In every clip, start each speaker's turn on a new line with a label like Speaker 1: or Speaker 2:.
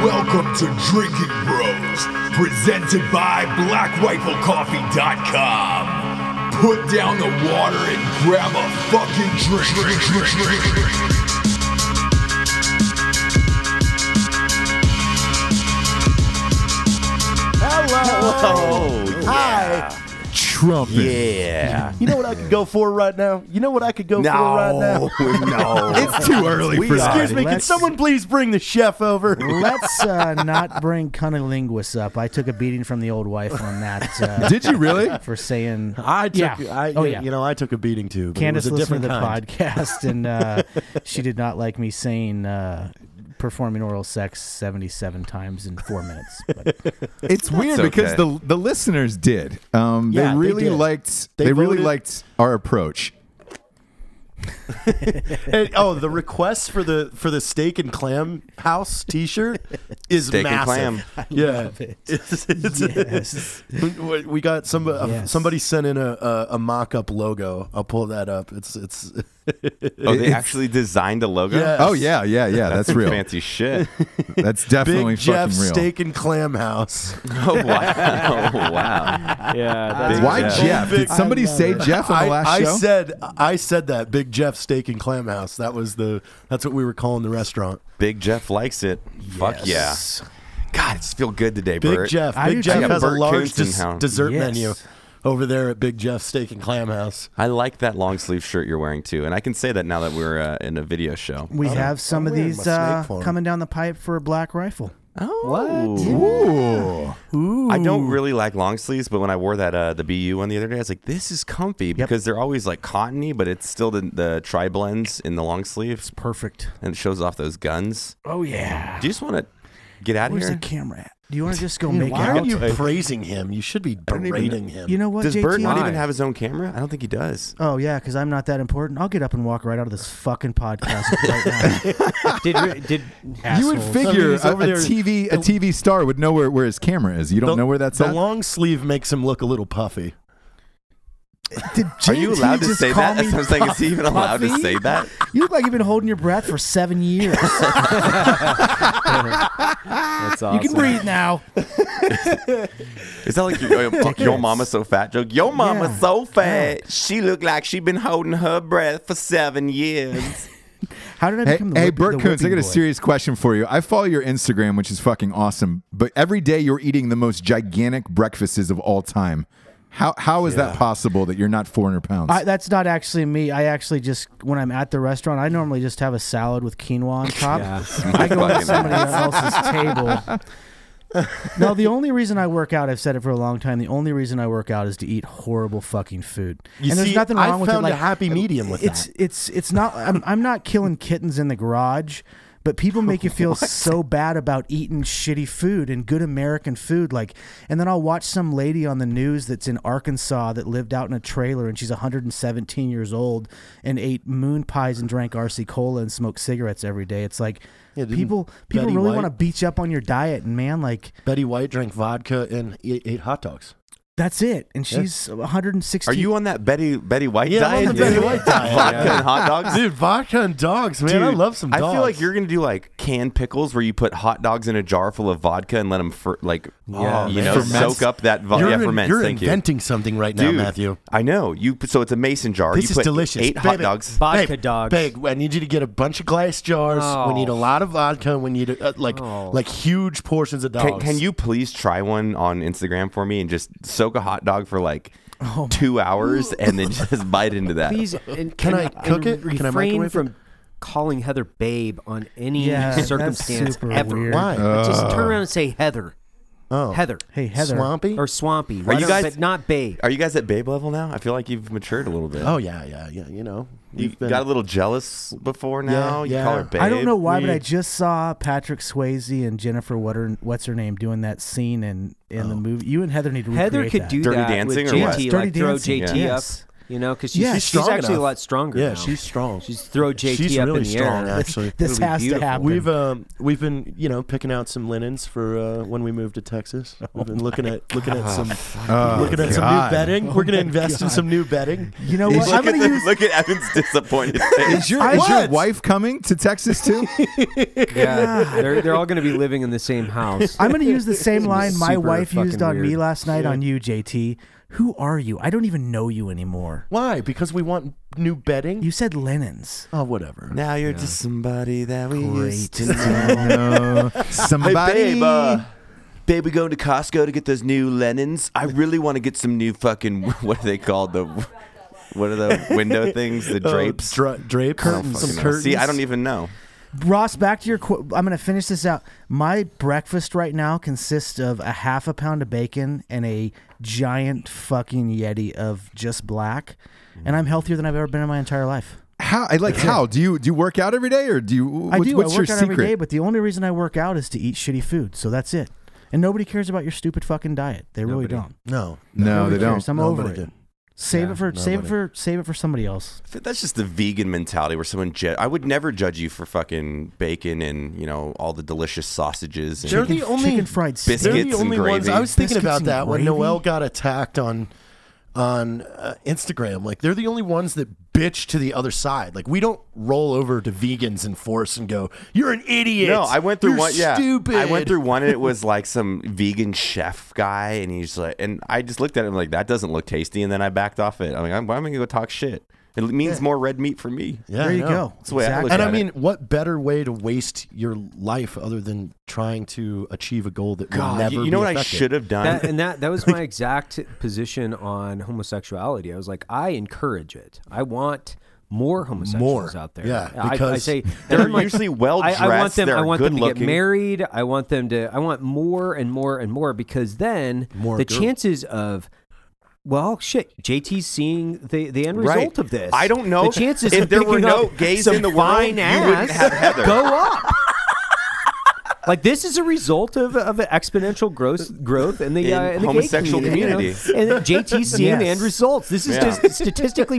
Speaker 1: Welcome to Drinking Bros, presented by BlackRifleCoffee.com. Put down the water and grab a fucking drink. drink, drink, drink, drink.
Speaker 2: Hello.
Speaker 3: Hi.
Speaker 1: Trumpet.
Speaker 2: Yeah.
Speaker 3: You know what I could go for right now? You know what I could go for right now?
Speaker 2: No. No.
Speaker 1: It's too early
Speaker 2: We
Speaker 1: for
Speaker 2: are-
Speaker 1: that.
Speaker 3: Excuse me, can
Speaker 4: Let's-
Speaker 3: someone please bring the chef over?
Speaker 4: Let's uh, not bring cunnilingus up. I took a beating from the old wife on that. Uh,
Speaker 1: Did you really?
Speaker 4: for saying
Speaker 2: I took.
Speaker 4: Yeah.
Speaker 2: I,
Speaker 4: Oh, yeah.
Speaker 2: You know, I took a beating too. But
Speaker 4: Candace
Speaker 2: it was a
Speaker 4: listened
Speaker 2: different
Speaker 4: to the
Speaker 2: kind.
Speaker 4: podcast and uh, she did not like me saying uh, performing oral sex seventy-seven times in four minutes. But
Speaker 5: It's weird because the the listeners did. Um,
Speaker 2: Yeah,
Speaker 5: they
Speaker 2: they
Speaker 5: really
Speaker 2: did.
Speaker 5: liked.
Speaker 2: They
Speaker 5: They, really
Speaker 2: voted-
Speaker 5: liked our approach.
Speaker 2: And- oh, the request for the for the steak and clam house T-shirt is
Speaker 6: Steak and
Speaker 2: massive.
Speaker 6: clam.
Speaker 2: yeah, It's- it's- we we got some uh,
Speaker 4: Yes.
Speaker 2: somebody sent in a, a a mock-up logo. I'll pull that up. It's it's
Speaker 6: Oh, they
Speaker 5: It's-
Speaker 6: actually designed a logo.
Speaker 2: Yeah.
Speaker 5: Oh yeah, yeah, yeah. That's real.
Speaker 6: Fancy shit.
Speaker 5: That's definitely
Speaker 2: Big Jeff
Speaker 5: fucking real.
Speaker 2: Steak and Clam House.
Speaker 6: Oh wow. Oh wow.
Speaker 2: Yeah,
Speaker 6: Big
Speaker 5: Why
Speaker 6: Jeff.
Speaker 5: Jeff? Did somebody say Jeff on
Speaker 2: I,
Speaker 5: the last
Speaker 2: I
Speaker 5: show?
Speaker 2: said I said that Big Jeff Steak and Clam House. That was the that's what we were calling the restaurant.
Speaker 6: Big Jeff likes it. Fuck yeah. God, it's feel good today,
Speaker 2: Big
Speaker 6: Bert.
Speaker 2: Jeff.
Speaker 4: I
Speaker 2: Big
Speaker 4: do
Speaker 2: Jeff
Speaker 6: too.
Speaker 2: has a
Speaker 6: Bert
Speaker 2: large
Speaker 6: Kuntz
Speaker 2: des-
Speaker 6: and Hound.
Speaker 2: dessert
Speaker 4: Yes.
Speaker 2: menu over there at Big Jeff's Steak and Clam House.
Speaker 6: I like that long sleeve shirt you're wearing too, and I can say that now that we're uh, in a video show.
Speaker 4: we have some of
Speaker 2: wearing my
Speaker 4: these
Speaker 2: snake
Speaker 4: uh,
Speaker 2: form.
Speaker 4: coming down the pipe for a black rifle.
Speaker 6: Oh,
Speaker 5: Ooh.
Speaker 6: I don't really like long sleeves, but when I wore that uh, the BU one the other day, I was like, "This is comfy" because they're always like cottony, but it's still the, the tri blends in the long sleeve,
Speaker 4: Perfect.
Speaker 6: and it shows off those guns.
Speaker 4: Oh yeah.
Speaker 6: Do you just want to get out of
Speaker 4: Where's the
Speaker 6: here?
Speaker 4: camera at? Do you want to just go make
Speaker 2: Why are
Speaker 4: out?
Speaker 2: you praising him? You should be berating him.
Speaker 4: You know what?
Speaker 6: Does
Speaker 4: JT?
Speaker 6: Bert not even have his own camera? I don't think he does.
Speaker 4: Oh yeah, because I'm not that important. I'll get up and walk right out of this fucking podcast right
Speaker 7: did re- did
Speaker 5: You would
Speaker 7: assholes.
Speaker 5: figure
Speaker 2: Somebody's
Speaker 5: a,
Speaker 2: over
Speaker 5: a
Speaker 2: there-
Speaker 5: TV a TV star would know where, where his camera is. You don't
Speaker 2: the,
Speaker 5: know where that's
Speaker 2: the
Speaker 5: at.
Speaker 2: long sleeve makes him look a little puffy.
Speaker 4: now. Did
Speaker 6: Are you
Speaker 4: JT
Speaker 6: allowed to
Speaker 4: just
Speaker 6: say
Speaker 4: call
Speaker 6: that?
Speaker 4: me
Speaker 6: That's what I'm saying. Is he even allowed to
Speaker 4: puffy?
Speaker 6: say that?
Speaker 4: You look like you've been holding your breath for seven years.
Speaker 7: That's
Speaker 4: You
Speaker 7: awesome.
Speaker 4: can breathe now.
Speaker 6: Is that like your, your, your mama so fat joke? Your mama
Speaker 4: Yeah.
Speaker 6: so fat, she look like she been holding her breath for seven years.
Speaker 4: How did I
Speaker 5: Hey,
Speaker 4: become the
Speaker 5: hey
Speaker 4: whip-
Speaker 5: Bert
Speaker 4: the
Speaker 5: Coons, I
Speaker 4: whipping
Speaker 5: got a
Speaker 4: boy?
Speaker 5: serious question for you. I follow your Instagram, which is fucking awesome, but every day you're eating the most gigantic breakfasts of all time. How, how is that possible that you're not 400 pounds?
Speaker 4: I, that's not actually me. I actually just when I'm at the restaurant, I normally just have a salad with quinoa on top. I go to
Speaker 6: fucking
Speaker 4: somebody else's table. now, the only reason I work out, I've said it for a long time. The only reason I work out is to eat horrible fucking food.
Speaker 2: You
Speaker 4: and
Speaker 2: see,
Speaker 4: there's nothing
Speaker 2: I
Speaker 4: wrong with
Speaker 2: found
Speaker 4: it. Like,
Speaker 2: a happy medium with
Speaker 4: it's
Speaker 2: that.
Speaker 4: it's it's not I'm, I'm not killing kittens in the garage but people make you feel so bad about eating shitty food and good american food like and then i'll watch some lady on the news that's in arkansas that lived out in a trailer and she's 117 years old and ate moon pies and drank rc cola and smoked cigarettes every day it's like
Speaker 2: didn't
Speaker 4: people people
Speaker 2: Betty
Speaker 4: really
Speaker 2: White-
Speaker 4: want to beat you up on your diet and man like
Speaker 2: Betty White drank vodka and ate, ate hot dogs.
Speaker 4: that's it and she's 116
Speaker 6: Are you on that Betty Betty White
Speaker 2: Yeah, I'm
Speaker 6: diet?
Speaker 2: on the Betty
Speaker 6: dude?
Speaker 2: White diet,
Speaker 6: Vodka
Speaker 2: yeah.
Speaker 6: and hot dogs.
Speaker 2: Dude, vodka and dogs, man. I
Speaker 6: Dude,
Speaker 2: love some dogs.
Speaker 6: I feel like you're gonna do like canned pickles, where you put hot dogs in a jar full of vodka and let them fer- like oh,
Speaker 2: Yeah,
Speaker 6: you
Speaker 2: man.
Speaker 6: know
Speaker 2: Ferment.
Speaker 6: soak up that vodka.
Speaker 2: You're,
Speaker 6: Yeah,
Speaker 2: in-
Speaker 6: ferment.
Speaker 2: you're
Speaker 6: Thank
Speaker 2: inventing something right
Speaker 6: you,
Speaker 2: now,
Speaker 6: dude.
Speaker 2: Matthew.
Speaker 6: I know you. So it's a mason jar.
Speaker 2: This
Speaker 6: you
Speaker 2: is
Speaker 6: put
Speaker 2: delicious.
Speaker 6: Eight hot
Speaker 2: Babe,
Speaker 6: dogs.
Speaker 7: Vodka
Speaker 2: Babe,
Speaker 7: dogs.
Speaker 2: Babe, I need you to get a bunch of glass jars.
Speaker 7: Oh.
Speaker 2: We need a lot of vodka. We need uh, like like huge portions of dogs.
Speaker 6: Can, can you please try one on Instagram for me and just soak a hot dog for like
Speaker 2: Oh
Speaker 6: two hours and then just bite into that?
Speaker 7: Please, and,
Speaker 2: Can
Speaker 7: and-
Speaker 2: I cook
Speaker 7: and
Speaker 2: it? Can I
Speaker 7: refrain
Speaker 2: microwave it?
Speaker 7: from calling Heather babe on any
Speaker 4: Yeah, that's
Speaker 7: circumstance
Speaker 4: super
Speaker 7: ever.
Speaker 4: weird.
Speaker 2: Why?
Speaker 7: Just turn around and say Heather.
Speaker 2: oh,
Speaker 7: Heather.
Speaker 4: hey heather
Speaker 2: Swampy?
Speaker 7: Or Swampy. Why
Speaker 6: you
Speaker 7: not-
Speaker 6: guys-
Speaker 7: But not babe.
Speaker 6: Are you guys at babe level now? I feel like you've matured a little bit.
Speaker 2: oh yeah, yeah, yeah. You know,
Speaker 6: you
Speaker 2: we've been-
Speaker 6: got a little jealous before now. you
Speaker 2: yeah.
Speaker 6: call her babe.
Speaker 4: I don't know why, but I just saw Patrick Swayze and Jennifer what her, what's her name doing that scene in in the movie. You and Heather need to
Speaker 7: Heather
Speaker 4: recreate
Speaker 7: could
Speaker 4: that.
Speaker 7: do
Speaker 6: Dirty
Speaker 7: that
Speaker 6: dancing
Speaker 7: with
Speaker 6: or what?
Speaker 7: JT,
Speaker 4: Dirty
Speaker 7: like throw
Speaker 4: Dancing,
Speaker 7: JT
Speaker 4: yes.
Speaker 7: up. You know, because she's,
Speaker 4: Yeah,
Speaker 7: she's,
Speaker 4: she's strong
Speaker 7: actually a
Speaker 2: enough.
Speaker 7: lot stronger.
Speaker 2: Yeah,
Speaker 7: now.
Speaker 2: she's strong.
Speaker 7: She's throw JT
Speaker 2: She's
Speaker 7: up
Speaker 2: really
Speaker 7: in the
Speaker 2: strong,
Speaker 7: air.
Speaker 2: actually.
Speaker 4: This
Speaker 7: It'll be
Speaker 4: has to
Speaker 7: beautiful.
Speaker 4: happen.
Speaker 2: We've um we've been you know picking out some linens for uh, when we move to Texas.
Speaker 7: Oh
Speaker 2: We've been looking at looking at some uh, looking at some new
Speaker 5: God.
Speaker 7: Oh
Speaker 2: bedding. We're gonna invest in some new bedding.
Speaker 4: you know what? I'm
Speaker 6: Look, at
Speaker 4: gonna
Speaker 6: the-
Speaker 4: use.
Speaker 6: look at Evan's disappointed face.
Speaker 5: Is your, is your wife coming to Texas too?
Speaker 7: Yeah, they're, they're all going to be living in the same house.
Speaker 4: I'm gonna use the same line my
Speaker 7: super
Speaker 4: wife used
Speaker 7: fucking
Speaker 4: on me
Speaker 7: weird.
Speaker 4: last night on you, JT. Who are you? I don't even know you anymore.
Speaker 2: Why? Because we want new bedding.
Speaker 4: You said linens.
Speaker 2: oh, whatever.
Speaker 6: Now you're just somebody that we used to
Speaker 5: no.
Speaker 6: Hey,
Speaker 5: Somebody.
Speaker 6: babe. Uh, babe, we going to Costco to get those new Lennons. I really want to get some new fucking, what are they called? The, what are the window things? The
Speaker 2: Oh,
Speaker 6: drapes?
Speaker 2: dra- drapes,
Speaker 6: I don't
Speaker 2: curtains,
Speaker 6: fucking
Speaker 2: some
Speaker 6: know.
Speaker 2: curtains.
Speaker 6: See, I don't even know.
Speaker 4: Ross, back to your. Qu- I'm going to finish this out. My breakfast right now consists of a half a pound of bacon and a giant fucking yeti of just black, and I'm healthier than I've ever been in my entire life.
Speaker 5: How? I like how. Do you do you work out every day or do you?
Speaker 4: I
Speaker 5: what-
Speaker 4: do.
Speaker 5: What's
Speaker 4: I work
Speaker 5: your
Speaker 4: out
Speaker 5: secret?
Speaker 4: every day, but the only reason I work out is to eat shitty food. So that's it. And nobody cares about your stupid fucking diet. They really don't.
Speaker 2: No.
Speaker 5: no, they
Speaker 4: Nobody
Speaker 5: don't.
Speaker 4: cares. I'm
Speaker 2: Nobody
Speaker 4: over it.
Speaker 2: did.
Speaker 4: Save it for save it for save it for somebody else.
Speaker 6: I think That's just the vegan mentality where someone judge. I would never judge you for fucking bacon and you know all the delicious sausages. And
Speaker 2: They're the
Speaker 4: Chicken-
Speaker 2: only
Speaker 4: chicken fried steak.
Speaker 2: They're the
Speaker 6: Biscuits and
Speaker 2: only ones.
Speaker 6: gravy.
Speaker 2: I was thinking
Speaker 4: Biscuits
Speaker 2: about
Speaker 4: and
Speaker 2: that when
Speaker 4: gravy?
Speaker 2: Noel got attacked on on uh, Instagram. Like they're the only ones that bitch to the other side. Like we don't roll over to vegans in force and go, "You're an idiot."
Speaker 6: No, I went through
Speaker 2: You're
Speaker 6: one. Yeah,
Speaker 2: stupid.
Speaker 6: I went through one, and it was like some vegan chef guy, and he's like, and I just looked at him like that doesn't look tasty, and then I backed off it. I'm like, I'm, why am I gonna go talk shit? It means more red meat for me.
Speaker 2: Yeah,
Speaker 4: there
Speaker 2: I
Speaker 4: you
Speaker 2: know.
Speaker 4: go.
Speaker 6: That's the way I look
Speaker 2: And I
Speaker 6: at it.
Speaker 2: mean, what better way to waste your life other than trying to achieve a goal that will
Speaker 6: God,
Speaker 2: never
Speaker 6: you, you know
Speaker 2: be
Speaker 6: what I
Speaker 2: affected?
Speaker 6: should have done?
Speaker 7: That, and that that was my exact position on homosexuality. I was like, I encourage it. I want more homosexuals
Speaker 2: More,
Speaker 7: out there.
Speaker 2: yeah,
Speaker 7: I- I,
Speaker 2: because
Speaker 7: say
Speaker 6: they're
Speaker 7: I'm like,
Speaker 6: usually well-dressed,
Speaker 7: I, I want them.
Speaker 6: they're
Speaker 7: I want them to
Speaker 6: good-looking.
Speaker 7: get married. I want them to. I want more and more and more because then
Speaker 2: More
Speaker 7: the
Speaker 2: girls.
Speaker 7: chances of well, shit. JT's seeing the, the end
Speaker 6: Right.
Speaker 7: result of this.
Speaker 6: I don't know
Speaker 7: The
Speaker 6: if-
Speaker 7: chances
Speaker 6: if
Speaker 7: of
Speaker 6: there were
Speaker 7: picking
Speaker 6: no
Speaker 7: up
Speaker 6: gays
Speaker 7: some
Speaker 6: in the world,
Speaker 7: fine
Speaker 6: you wouldn't
Speaker 7: ass
Speaker 6: have Heather.
Speaker 7: Go up. Like this is a result of, of an exponential growth growth in the
Speaker 6: In
Speaker 7: uh, in the gay
Speaker 6: homosexual
Speaker 7: community. you know? and then JT seeing the
Speaker 4: Yes.
Speaker 7: end results. This is
Speaker 6: Yeah.
Speaker 7: just statistically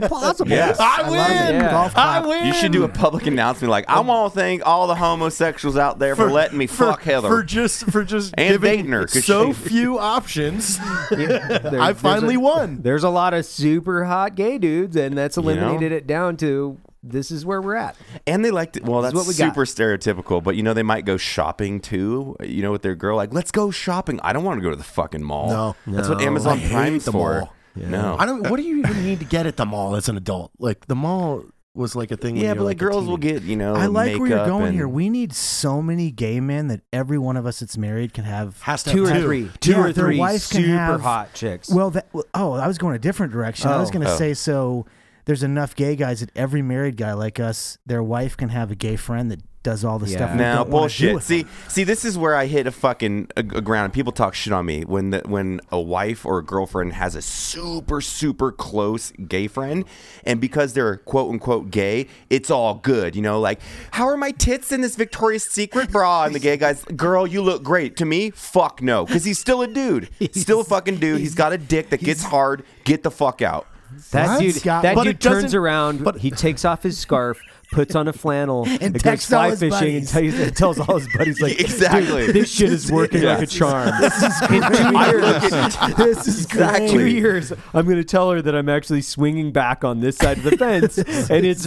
Speaker 7: plausible.
Speaker 6: Yes.
Speaker 2: I,
Speaker 4: love it.
Speaker 2: win.
Speaker 7: Yeah.
Speaker 4: Golf
Speaker 2: I
Speaker 4: clap.
Speaker 2: win.
Speaker 6: you should do a public announcement like, I want to thank all the homosexuals out there for, letting me
Speaker 2: for-
Speaker 6: fuck Heather.
Speaker 2: for just for just
Speaker 6: And
Speaker 2: giving
Speaker 6: Daigner, 'cause
Speaker 2: so
Speaker 6: she-
Speaker 2: few options.
Speaker 7: There-
Speaker 2: I
Speaker 7: there's
Speaker 2: finally
Speaker 7: a-
Speaker 2: won.
Speaker 7: There's a lot of super hot gay dudes, and that's eliminated it down to this is where we're at.
Speaker 6: and they like to, well, that's
Speaker 7: what we got.
Speaker 6: super stereotypical, but you know, they might go shopping too, you know, with their girl. Like, let's go shopping. I don't want to go to the fucking mall.
Speaker 2: No.
Speaker 6: That's what Amazon
Speaker 2: I hate
Speaker 6: Prime's
Speaker 2: the
Speaker 6: for.
Speaker 2: mall.
Speaker 6: No.
Speaker 2: I don't. What do you even need to get at the mall as an adult? Like the mall was like a thing. when
Speaker 6: yeah,
Speaker 2: you
Speaker 6: but
Speaker 2: were,
Speaker 6: like,
Speaker 2: like a
Speaker 6: girls will
Speaker 2: teenager.
Speaker 6: get, you know,
Speaker 4: I like where you're
Speaker 6: makeup
Speaker 4: going
Speaker 6: and-
Speaker 4: here. We need so many gay men that every one of us that's married can have
Speaker 2: has to
Speaker 7: Two
Speaker 2: have
Speaker 7: or three,
Speaker 4: Two
Speaker 7: two
Speaker 4: Yeah, or
Speaker 7: or
Speaker 4: their three
Speaker 7: three
Speaker 4: wife can
Speaker 7: super
Speaker 4: super have- hot
Speaker 7: hot chicks.
Speaker 4: Well, that well, oh, I was going a different direction. I was
Speaker 7: Oh.
Speaker 4: going to
Speaker 6: Oh.
Speaker 4: say so. There's enough gay guys that every married guy like us, their wife can have a gay friend that does all the stuff.
Speaker 7: Yeah.
Speaker 4: we
Speaker 6: No
Speaker 4: don't wanna do
Speaker 6: bullshit.
Speaker 4: with
Speaker 6: See,
Speaker 4: them.
Speaker 6: see, this is where I hit a fucking a, a ground. People talk shit on me when the, when a wife or a girlfriend has a super super close gay friend, and because they're quote unquote gay, it's all good. You know, like how are my tits in this Victoria's Secret bra? And the gay guys, girl, you look great. To me, fuck no, because he's still a dude, still a fucking dude. he's got a dick that gets hard. Get the fuck out.
Speaker 7: that
Speaker 4: What?
Speaker 7: dude,
Speaker 4: Scott-
Speaker 7: that
Speaker 4: But
Speaker 7: dude
Speaker 2: it doesn't-
Speaker 7: turns around.
Speaker 2: but-
Speaker 7: he takes off his scarf, puts on a flannel, and, goes
Speaker 4: texts all
Speaker 7: fly
Speaker 4: his
Speaker 7: fishing,
Speaker 4: buddies.
Speaker 7: and tells, and tells all his buddies like,
Speaker 6: Exactly.
Speaker 7: "Dude, this shit is working
Speaker 6: Yeah.
Speaker 7: like a charm." This is this is
Speaker 6: Exactly.
Speaker 7: Two years, I'm going to tell her that I'm actually swinging back on this side of the fence, and it's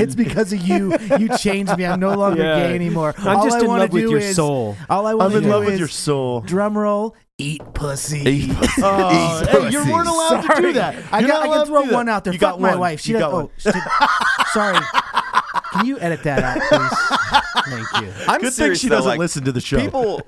Speaker 4: It's because of you. You changed me. I'm no longer
Speaker 7: Yeah.
Speaker 4: gay anymore.
Speaker 7: I'm
Speaker 4: all
Speaker 7: just
Speaker 4: I
Speaker 7: in
Speaker 4: wanna
Speaker 7: love with
Speaker 4: do
Speaker 7: your
Speaker 4: is-
Speaker 7: soul.
Speaker 4: All I want
Speaker 2: I'm
Speaker 4: to
Speaker 2: in
Speaker 4: do
Speaker 2: love
Speaker 4: is
Speaker 2: with your soul.
Speaker 4: drum roll. Eat pussy.
Speaker 2: Oh, hey, you weren't allowed to do that.
Speaker 4: I,
Speaker 2: You're not
Speaker 4: got, I
Speaker 2: allowed
Speaker 4: can
Speaker 2: to
Speaker 4: throw
Speaker 2: do that.
Speaker 4: one out there.
Speaker 2: You
Speaker 4: Fuck
Speaker 2: got
Speaker 4: my
Speaker 2: one.
Speaker 4: wife. She
Speaker 2: you
Speaker 4: does
Speaker 2: got one.
Speaker 4: Oh, she- sorry. Can you edit that out, please? Thank you.
Speaker 6: I'm
Speaker 2: Good thing
Speaker 6: serious,
Speaker 2: she
Speaker 6: though,
Speaker 2: doesn't
Speaker 6: like,
Speaker 2: listen to the show.
Speaker 6: People,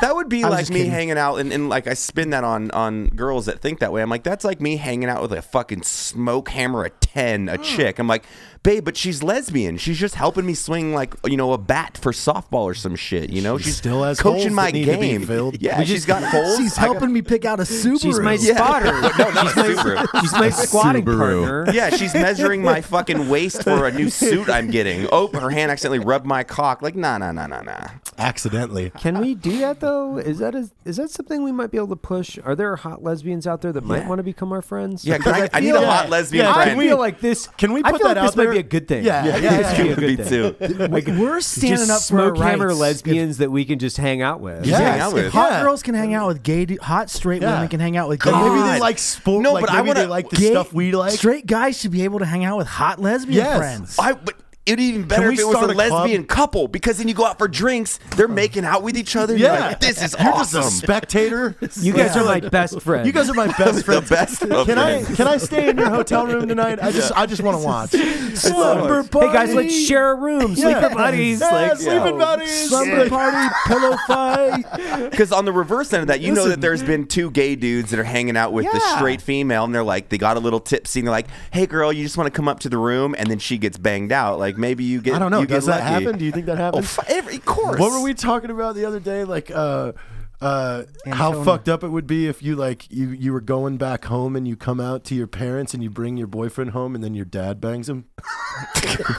Speaker 6: that would be
Speaker 4: was
Speaker 6: like
Speaker 4: just
Speaker 6: me
Speaker 4: kidding.
Speaker 6: hanging out and, and like I spin that on on girls
Speaker 2: Hmm.
Speaker 6: that think that way. I'm like, that's like me hanging out with a fucking smoke hammer a ten, a chick. I'm like, babe, but she's lesbian. She's just helping me swing like you know a bat for softball or some shit. You know,
Speaker 2: She
Speaker 6: she's
Speaker 2: still has holes
Speaker 6: coaching my
Speaker 2: that need to be
Speaker 6: game.
Speaker 2: filled.
Speaker 6: Yeah,
Speaker 2: We
Speaker 6: she's
Speaker 2: just-
Speaker 6: got holes.
Speaker 4: She's
Speaker 6: I got-
Speaker 4: helping me pick out a Subaru.
Speaker 7: She's my spotter. she's, my,
Speaker 6: Subaru.
Speaker 7: she's my squatting
Speaker 5: Subaru.
Speaker 7: partner.
Speaker 6: Yeah, she's measuring my fucking waist for a new suit I'm getting. Oh, her hand accidentally rubbed my cock. Like, nah, nah, nah, nah, nah.
Speaker 2: accidentally.
Speaker 7: Can we do that though? Is that a, is that something we might be able to push? Are there hot lesbians out there that might want to become our friends?
Speaker 6: Yeah, 'cause I, I need a
Speaker 2: feel
Speaker 6: hot
Speaker 2: like-
Speaker 6: lesbian
Speaker 2: yeah,
Speaker 7: I
Speaker 6: friend.
Speaker 2: we-
Speaker 7: feel like this.
Speaker 2: Can we
Speaker 7: I
Speaker 2: put
Speaker 7: feel
Speaker 2: that
Speaker 7: like
Speaker 2: out
Speaker 7: this might be
Speaker 2: there?
Speaker 7: a good thing.
Speaker 2: Yeah. Yeah,
Speaker 7: this
Speaker 2: yeah,
Speaker 7: could be a
Speaker 6: Could be
Speaker 7: good thing.
Speaker 6: too.
Speaker 4: Like, we're standing
Speaker 7: Just
Speaker 4: up for
Speaker 7: smoke
Speaker 4: our
Speaker 7: hammer
Speaker 4: rights.
Speaker 7: lesbians that we can just hang out with.
Speaker 2: Yeah.
Speaker 6: hang
Speaker 2: Yes,
Speaker 6: out
Speaker 2: if
Speaker 6: with.
Speaker 4: Hot
Speaker 2: Yeah.
Speaker 4: girls can hang out with gay. d- Hot straight
Speaker 2: Yeah.
Speaker 4: women can hang out with gay.
Speaker 2: Like, maybe
Speaker 6: God.
Speaker 2: they like sport.
Speaker 6: No,
Speaker 2: like,
Speaker 6: but I
Speaker 2: maybe they
Speaker 6: wanna-
Speaker 2: like the
Speaker 4: gay-
Speaker 2: stuff we like.
Speaker 4: Straight guys should be able to hang out with hot lesbian
Speaker 2: Yes.
Speaker 4: friends.
Speaker 6: I, but it'd be even better
Speaker 2: we
Speaker 6: if it was a
Speaker 2: start a club?
Speaker 6: lesbian couple because then you go out for drinks, they're making out with each other. and you're
Speaker 2: yeah,
Speaker 6: like, this is
Speaker 2: You're
Speaker 6: awesome.
Speaker 2: Just a spectator.
Speaker 7: You guys are my best friends.
Speaker 2: You guys are my best friends.
Speaker 6: best of
Speaker 2: Can I
Speaker 6: friends.
Speaker 2: can I stay in your hotel room tonight? I just I just want to watch.
Speaker 4: Slumber
Speaker 7: Hey guys, let's
Speaker 4: party.
Speaker 7: share a room, sleep
Speaker 2: Yeah.
Speaker 7: yeah. buddies.
Speaker 2: Yeah,
Speaker 7: like,
Speaker 2: sleeping buddies.
Speaker 4: Slumber party, pillow fight.
Speaker 6: Because on the reverse end of that, you know that there's been two gay dudes that are hanging out with the
Speaker 7: Yeah.
Speaker 6: straight female, and they're like, they got a little tipsy, and they're like, "Hey, girl, you just want to come up to the room," and then she gets banged out. Like maybe you get,
Speaker 2: I don't know.
Speaker 6: You
Speaker 2: Does
Speaker 6: get
Speaker 2: that
Speaker 6: lucky.
Speaker 2: happen? Do you think that
Speaker 6: Oh,
Speaker 2: happens?
Speaker 6: f- every, of course.
Speaker 2: What were we talking about the other day? Like, uh, uh, how fucked up it would be if you like you you were going back home and you come out to your parents and you bring your boyfriend home and then your dad bangs him.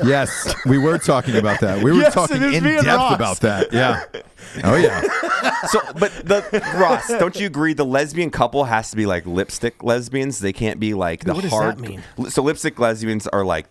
Speaker 5: Yes, we were talking about that. We were
Speaker 2: Yes,
Speaker 5: talking
Speaker 2: it was
Speaker 5: in
Speaker 2: me and
Speaker 5: depth
Speaker 2: Ross.
Speaker 5: about that. Yeah. Oh yeah.
Speaker 6: So, but the Ross, don't you agree? The lesbian couple has to be like lipstick lesbians. They can't be like the
Speaker 4: What does
Speaker 6: hard.
Speaker 4: that mean?
Speaker 6: So lipstick lesbians are like.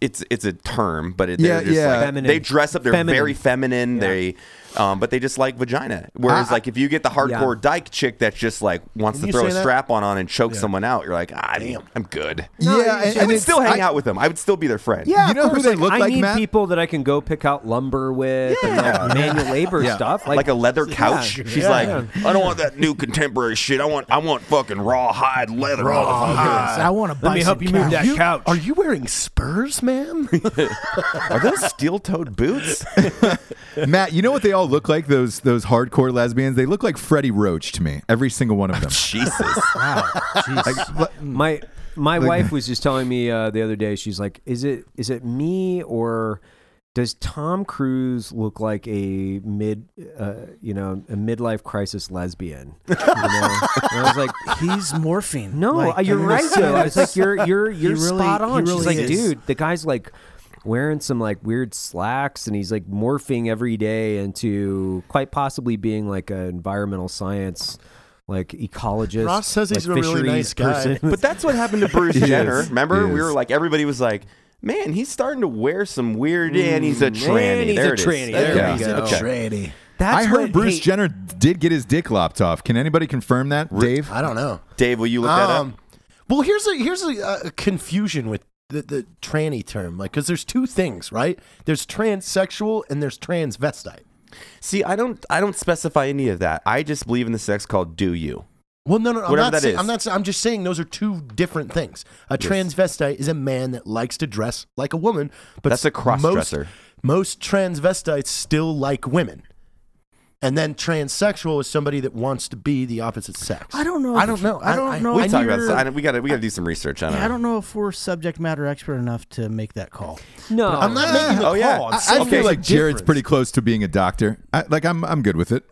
Speaker 6: It's it's a term, but it,
Speaker 5: Yeah,
Speaker 6: they're just
Speaker 5: yeah.
Speaker 6: like
Speaker 7: Feminine.
Speaker 6: they dress up. They're
Speaker 7: Feminine.
Speaker 6: very feminine. They, um, but they just like vagina. Whereas
Speaker 5: I-
Speaker 6: like if you get the hardcore dyke chick that just like wants
Speaker 2: Can
Speaker 6: to
Speaker 2: you
Speaker 6: throw
Speaker 2: say
Speaker 6: a
Speaker 2: that?
Speaker 6: strap on on and choke someone out, you're like, ah, I'm, I'm good.
Speaker 5: yeah, and,
Speaker 6: I
Speaker 5: and
Speaker 6: would
Speaker 5: it's-
Speaker 6: still hang
Speaker 5: I-
Speaker 6: out with them. I would still be their friend.
Speaker 5: you know who they look
Speaker 7: I
Speaker 5: like,
Speaker 7: need
Speaker 5: Matt?
Speaker 7: people that I can go pick out lumber with and like manual labor stuff.
Speaker 6: like,
Speaker 7: Like,
Speaker 6: a leather couch. She's
Speaker 7: Yeah.
Speaker 6: like,
Speaker 7: Yeah.
Speaker 6: I don't want that new contemporary shit. I want I want fucking raw hide leather. motherfucker."
Speaker 2: Uh,
Speaker 4: I want to buy
Speaker 7: me help you move that
Speaker 2: You-
Speaker 7: couch.
Speaker 2: Are you wearing spurs, ma'am?
Speaker 6: Are those steel-toed boots?
Speaker 5: Matt, you know what they all look like? Those those hardcore lesbians. They look like Freddie Roach to me. Every single one of them.
Speaker 6: Jesus.
Speaker 5: Like,
Speaker 7: my my wife was just telling me uh, the other day. She's like, "Is it is it me or does Tom Cruise look like a mid uh, you know a midlife crisis lesbian?" You know? and I was like,
Speaker 4: He's morphine.
Speaker 7: No,
Speaker 4: Like,
Speaker 7: uh, you're
Speaker 4: I mean,
Speaker 7: right
Speaker 4: it's-
Speaker 7: though. I was like, you're you're you're
Speaker 4: really-
Speaker 7: spot
Speaker 4: he
Speaker 7: on.
Speaker 4: really
Speaker 7: She's like,
Speaker 4: is.
Speaker 7: dude, the guy's like wearing some like weird slacks, and he's like morphing every day into quite possibly being like an environmental science like ecologist.
Speaker 2: Ross says he's
Speaker 7: like,
Speaker 2: a really
Speaker 7: fisheries
Speaker 2: nice guy.
Speaker 7: person.
Speaker 6: But that's what happened to Bruce Jenner.
Speaker 5: is.
Speaker 6: Remember?
Speaker 5: He
Speaker 6: We
Speaker 5: is.
Speaker 6: were like, everybody was like, man, he's starting to wear some weird. and Mm, he's a
Speaker 7: and
Speaker 6: tranny.
Speaker 7: he's
Speaker 6: there
Speaker 7: a
Speaker 6: it is.
Speaker 7: tranny. There
Speaker 6: Okay.
Speaker 7: we go.
Speaker 6: Okay.
Speaker 2: Brady.
Speaker 7: That's
Speaker 5: I heard
Speaker 7: what-
Speaker 5: Bruce
Speaker 7: hey,
Speaker 5: Jenner did get his dick lopped off. Can anybody confirm that, Dave?
Speaker 2: I don't know.
Speaker 6: Dave, will you look that
Speaker 4: Um,
Speaker 6: up?
Speaker 2: Um, Well, here's a here's a, uh, a confusion with the, the tranny term, like because there's two things, right? There's transsexual and there's transvestite.
Speaker 6: See, I don't, I don't specify any of that. I just believe in the sex called "do you."
Speaker 2: Well, no, no, I'm
Speaker 6: Whatever
Speaker 2: not.
Speaker 6: that
Speaker 2: saying,
Speaker 6: is.
Speaker 2: I'm not. sa- I'm just saying those are two different things. A transvestite is a man that likes to dress like a woman, but
Speaker 6: That's
Speaker 2: s-
Speaker 6: a cross-dresser.
Speaker 2: Most, most transvestites still like women, and then transsexual is somebody that wants to be the opposite sex.
Speaker 4: I don't know
Speaker 2: I
Speaker 4: if
Speaker 2: don't
Speaker 4: it's-
Speaker 2: know.
Speaker 4: I don't know
Speaker 6: We
Speaker 4: I
Speaker 6: talk about
Speaker 4: hear-
Speaker 6: this. I don't- we got to, we got to do some research on it.
Speaker 4: I don't know if we're subject matter expert enough to make that call.
Speaker 7: No,
Speaker 2: I'm not making the
Speaker 6: Oh,
Speaker 2: call.
Speaker 6: yeah.
Speaker 2: I'm
Speaker 5: I, I
Speaker 2: saying
Speaker 5: feel
Speaker 2: there's a
Speaker 5: like Jared's
Speaker 2: difference.
Speaker 5: pretty close to being a doctor. I, like I'm, I'm good with it.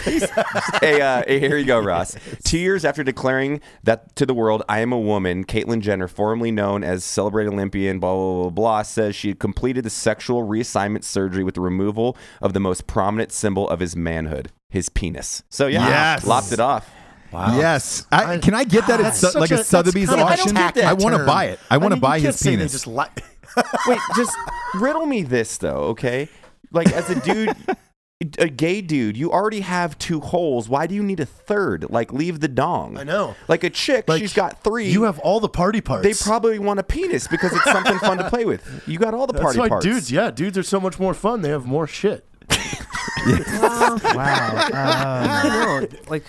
Speaker 6: hey, uh, hey, here you go, Ross. Two years after declaring that to the world, I am a woman, Caitlyn Jenner, formerly known as celebrated Olympian, blah, blah, blah, blah, says she had completed the sexual reassignment surgery with the removal of the most prominent symbol of his manhood, his penis. So, yeah,
Speaker 5: Yes.
Speaker 6: lopped it off.
Speaker 5: Yes. I,
Speaker 2: I-
Speaker 5: can I get that at
Speaker 2: That's
Speaker 5: su-
Speaker 2: such
Speaker 5: like
Speaker 2: a-
Speaker 5: a,
Speaker 2: that's
Speaker 5: Sotheby's
Speaker 2: kind of an
Speaker 5: auction?
Speaker 2: attack, that
Speaker 5: I want to
Speaker 2: term.
Speaker 5: buy it. I want to
Speaker 2: mean, you
Speaker 5: buy
Speaker 2: can't
Speaker 5: his
Speaker 2: say they
Speaker 5: penis.
Speaker 2: just like-
Speaker 6: Wait, just riddle me this, though, okay? Like, as a dude. A gay dude, you already have two holes. Why do you need a third? Like, leave the dong.
Speaker 2: I know.
Speaker 6: Like a chick,
Speaker 2: like,
Speaker 6: she's got three.
Speaker 2: You have all the party parts.
Speaker 6: They probably want a penis because it's something fun to play with. You got all the
Speaker 2: That's
Speaker 6: party
Speaker 2: why
Speaker 6: parts.
Speaker 2: dudes. Yeah, dudes are so much more fun. They have more shit.
Speaker 4: Wow. Um,
Speaker 7: No, like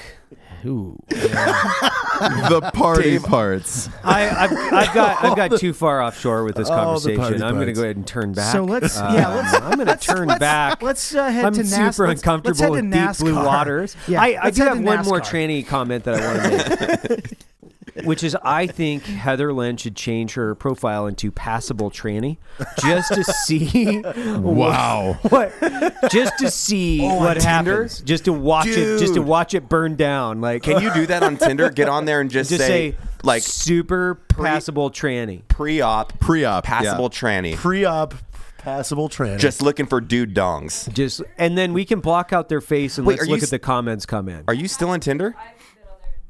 Speaker 4: ooh.
Speaker 5: the party parts.
Speaker 7: I, I've, I've got I've got too far offshore with this
Speaker 2: All the party
Speaker 7: conversation. I'm going to
Speaker 2: parts.
Speaker 7: go ahead and turn back. Uh,
Speaker 4: So let's- yeah, let's-
Speaker 7: I'm going to turn back.
Speaker 4: let's, uh, head
Speaker 7: I'm
Speaker 4: to NAS- let's-
Speaker 7: super
Speaker 4: let's
Speaker 7: uncomfortable
Speaker 4: head to
Speaker 7: with deep blue
Speaker 4: NASCAR.
Speaker 7: waters.
Speaker 4: Yeah,
Speaker 7: I, I
Speaker 4: let's
Speaker 7: do
Speaker 4: head
Speaker 7: have
Speaker 4: to
Speaker 7: one more
Speaker 4: NASCAR.
Speaker 7: tranny comment that I want to make. which is I think Heather Lynn should change her profile into passable tranny just to see
Speaker 5: Wow.
Speaker 7: what just to see
Speaker 4: Oh,
Speaker 7: what happens just to watch it just to
Speaker 6: Dude.
Speaker 7: watch it burn down like
Speaker 6: Can you do that on Tinder? Get on there and just,
Speaker 7: just
Speaker 6: say,
Speaker 7: say,
Speaker 6: like
Speaker 7: super passable tranny
Speaker 6: pre-op,
Speaker 5: Pre-op,
Speaker 6: passable
Speaker 5: yeah.
Speaker 6: tranny,
Speaker 2: pre-op passable tranny.
Speaker 6: just looking for dude dongs.
Speaker 7: just and then we can block out their face and
Speaker 6: Wait, are
Speaker 7: let's
Speaker 6: you
Speaker 7: look
Speaker 6: s-
Speaker 7: at the comments come in
Speaker 6: Are you still on Tinder?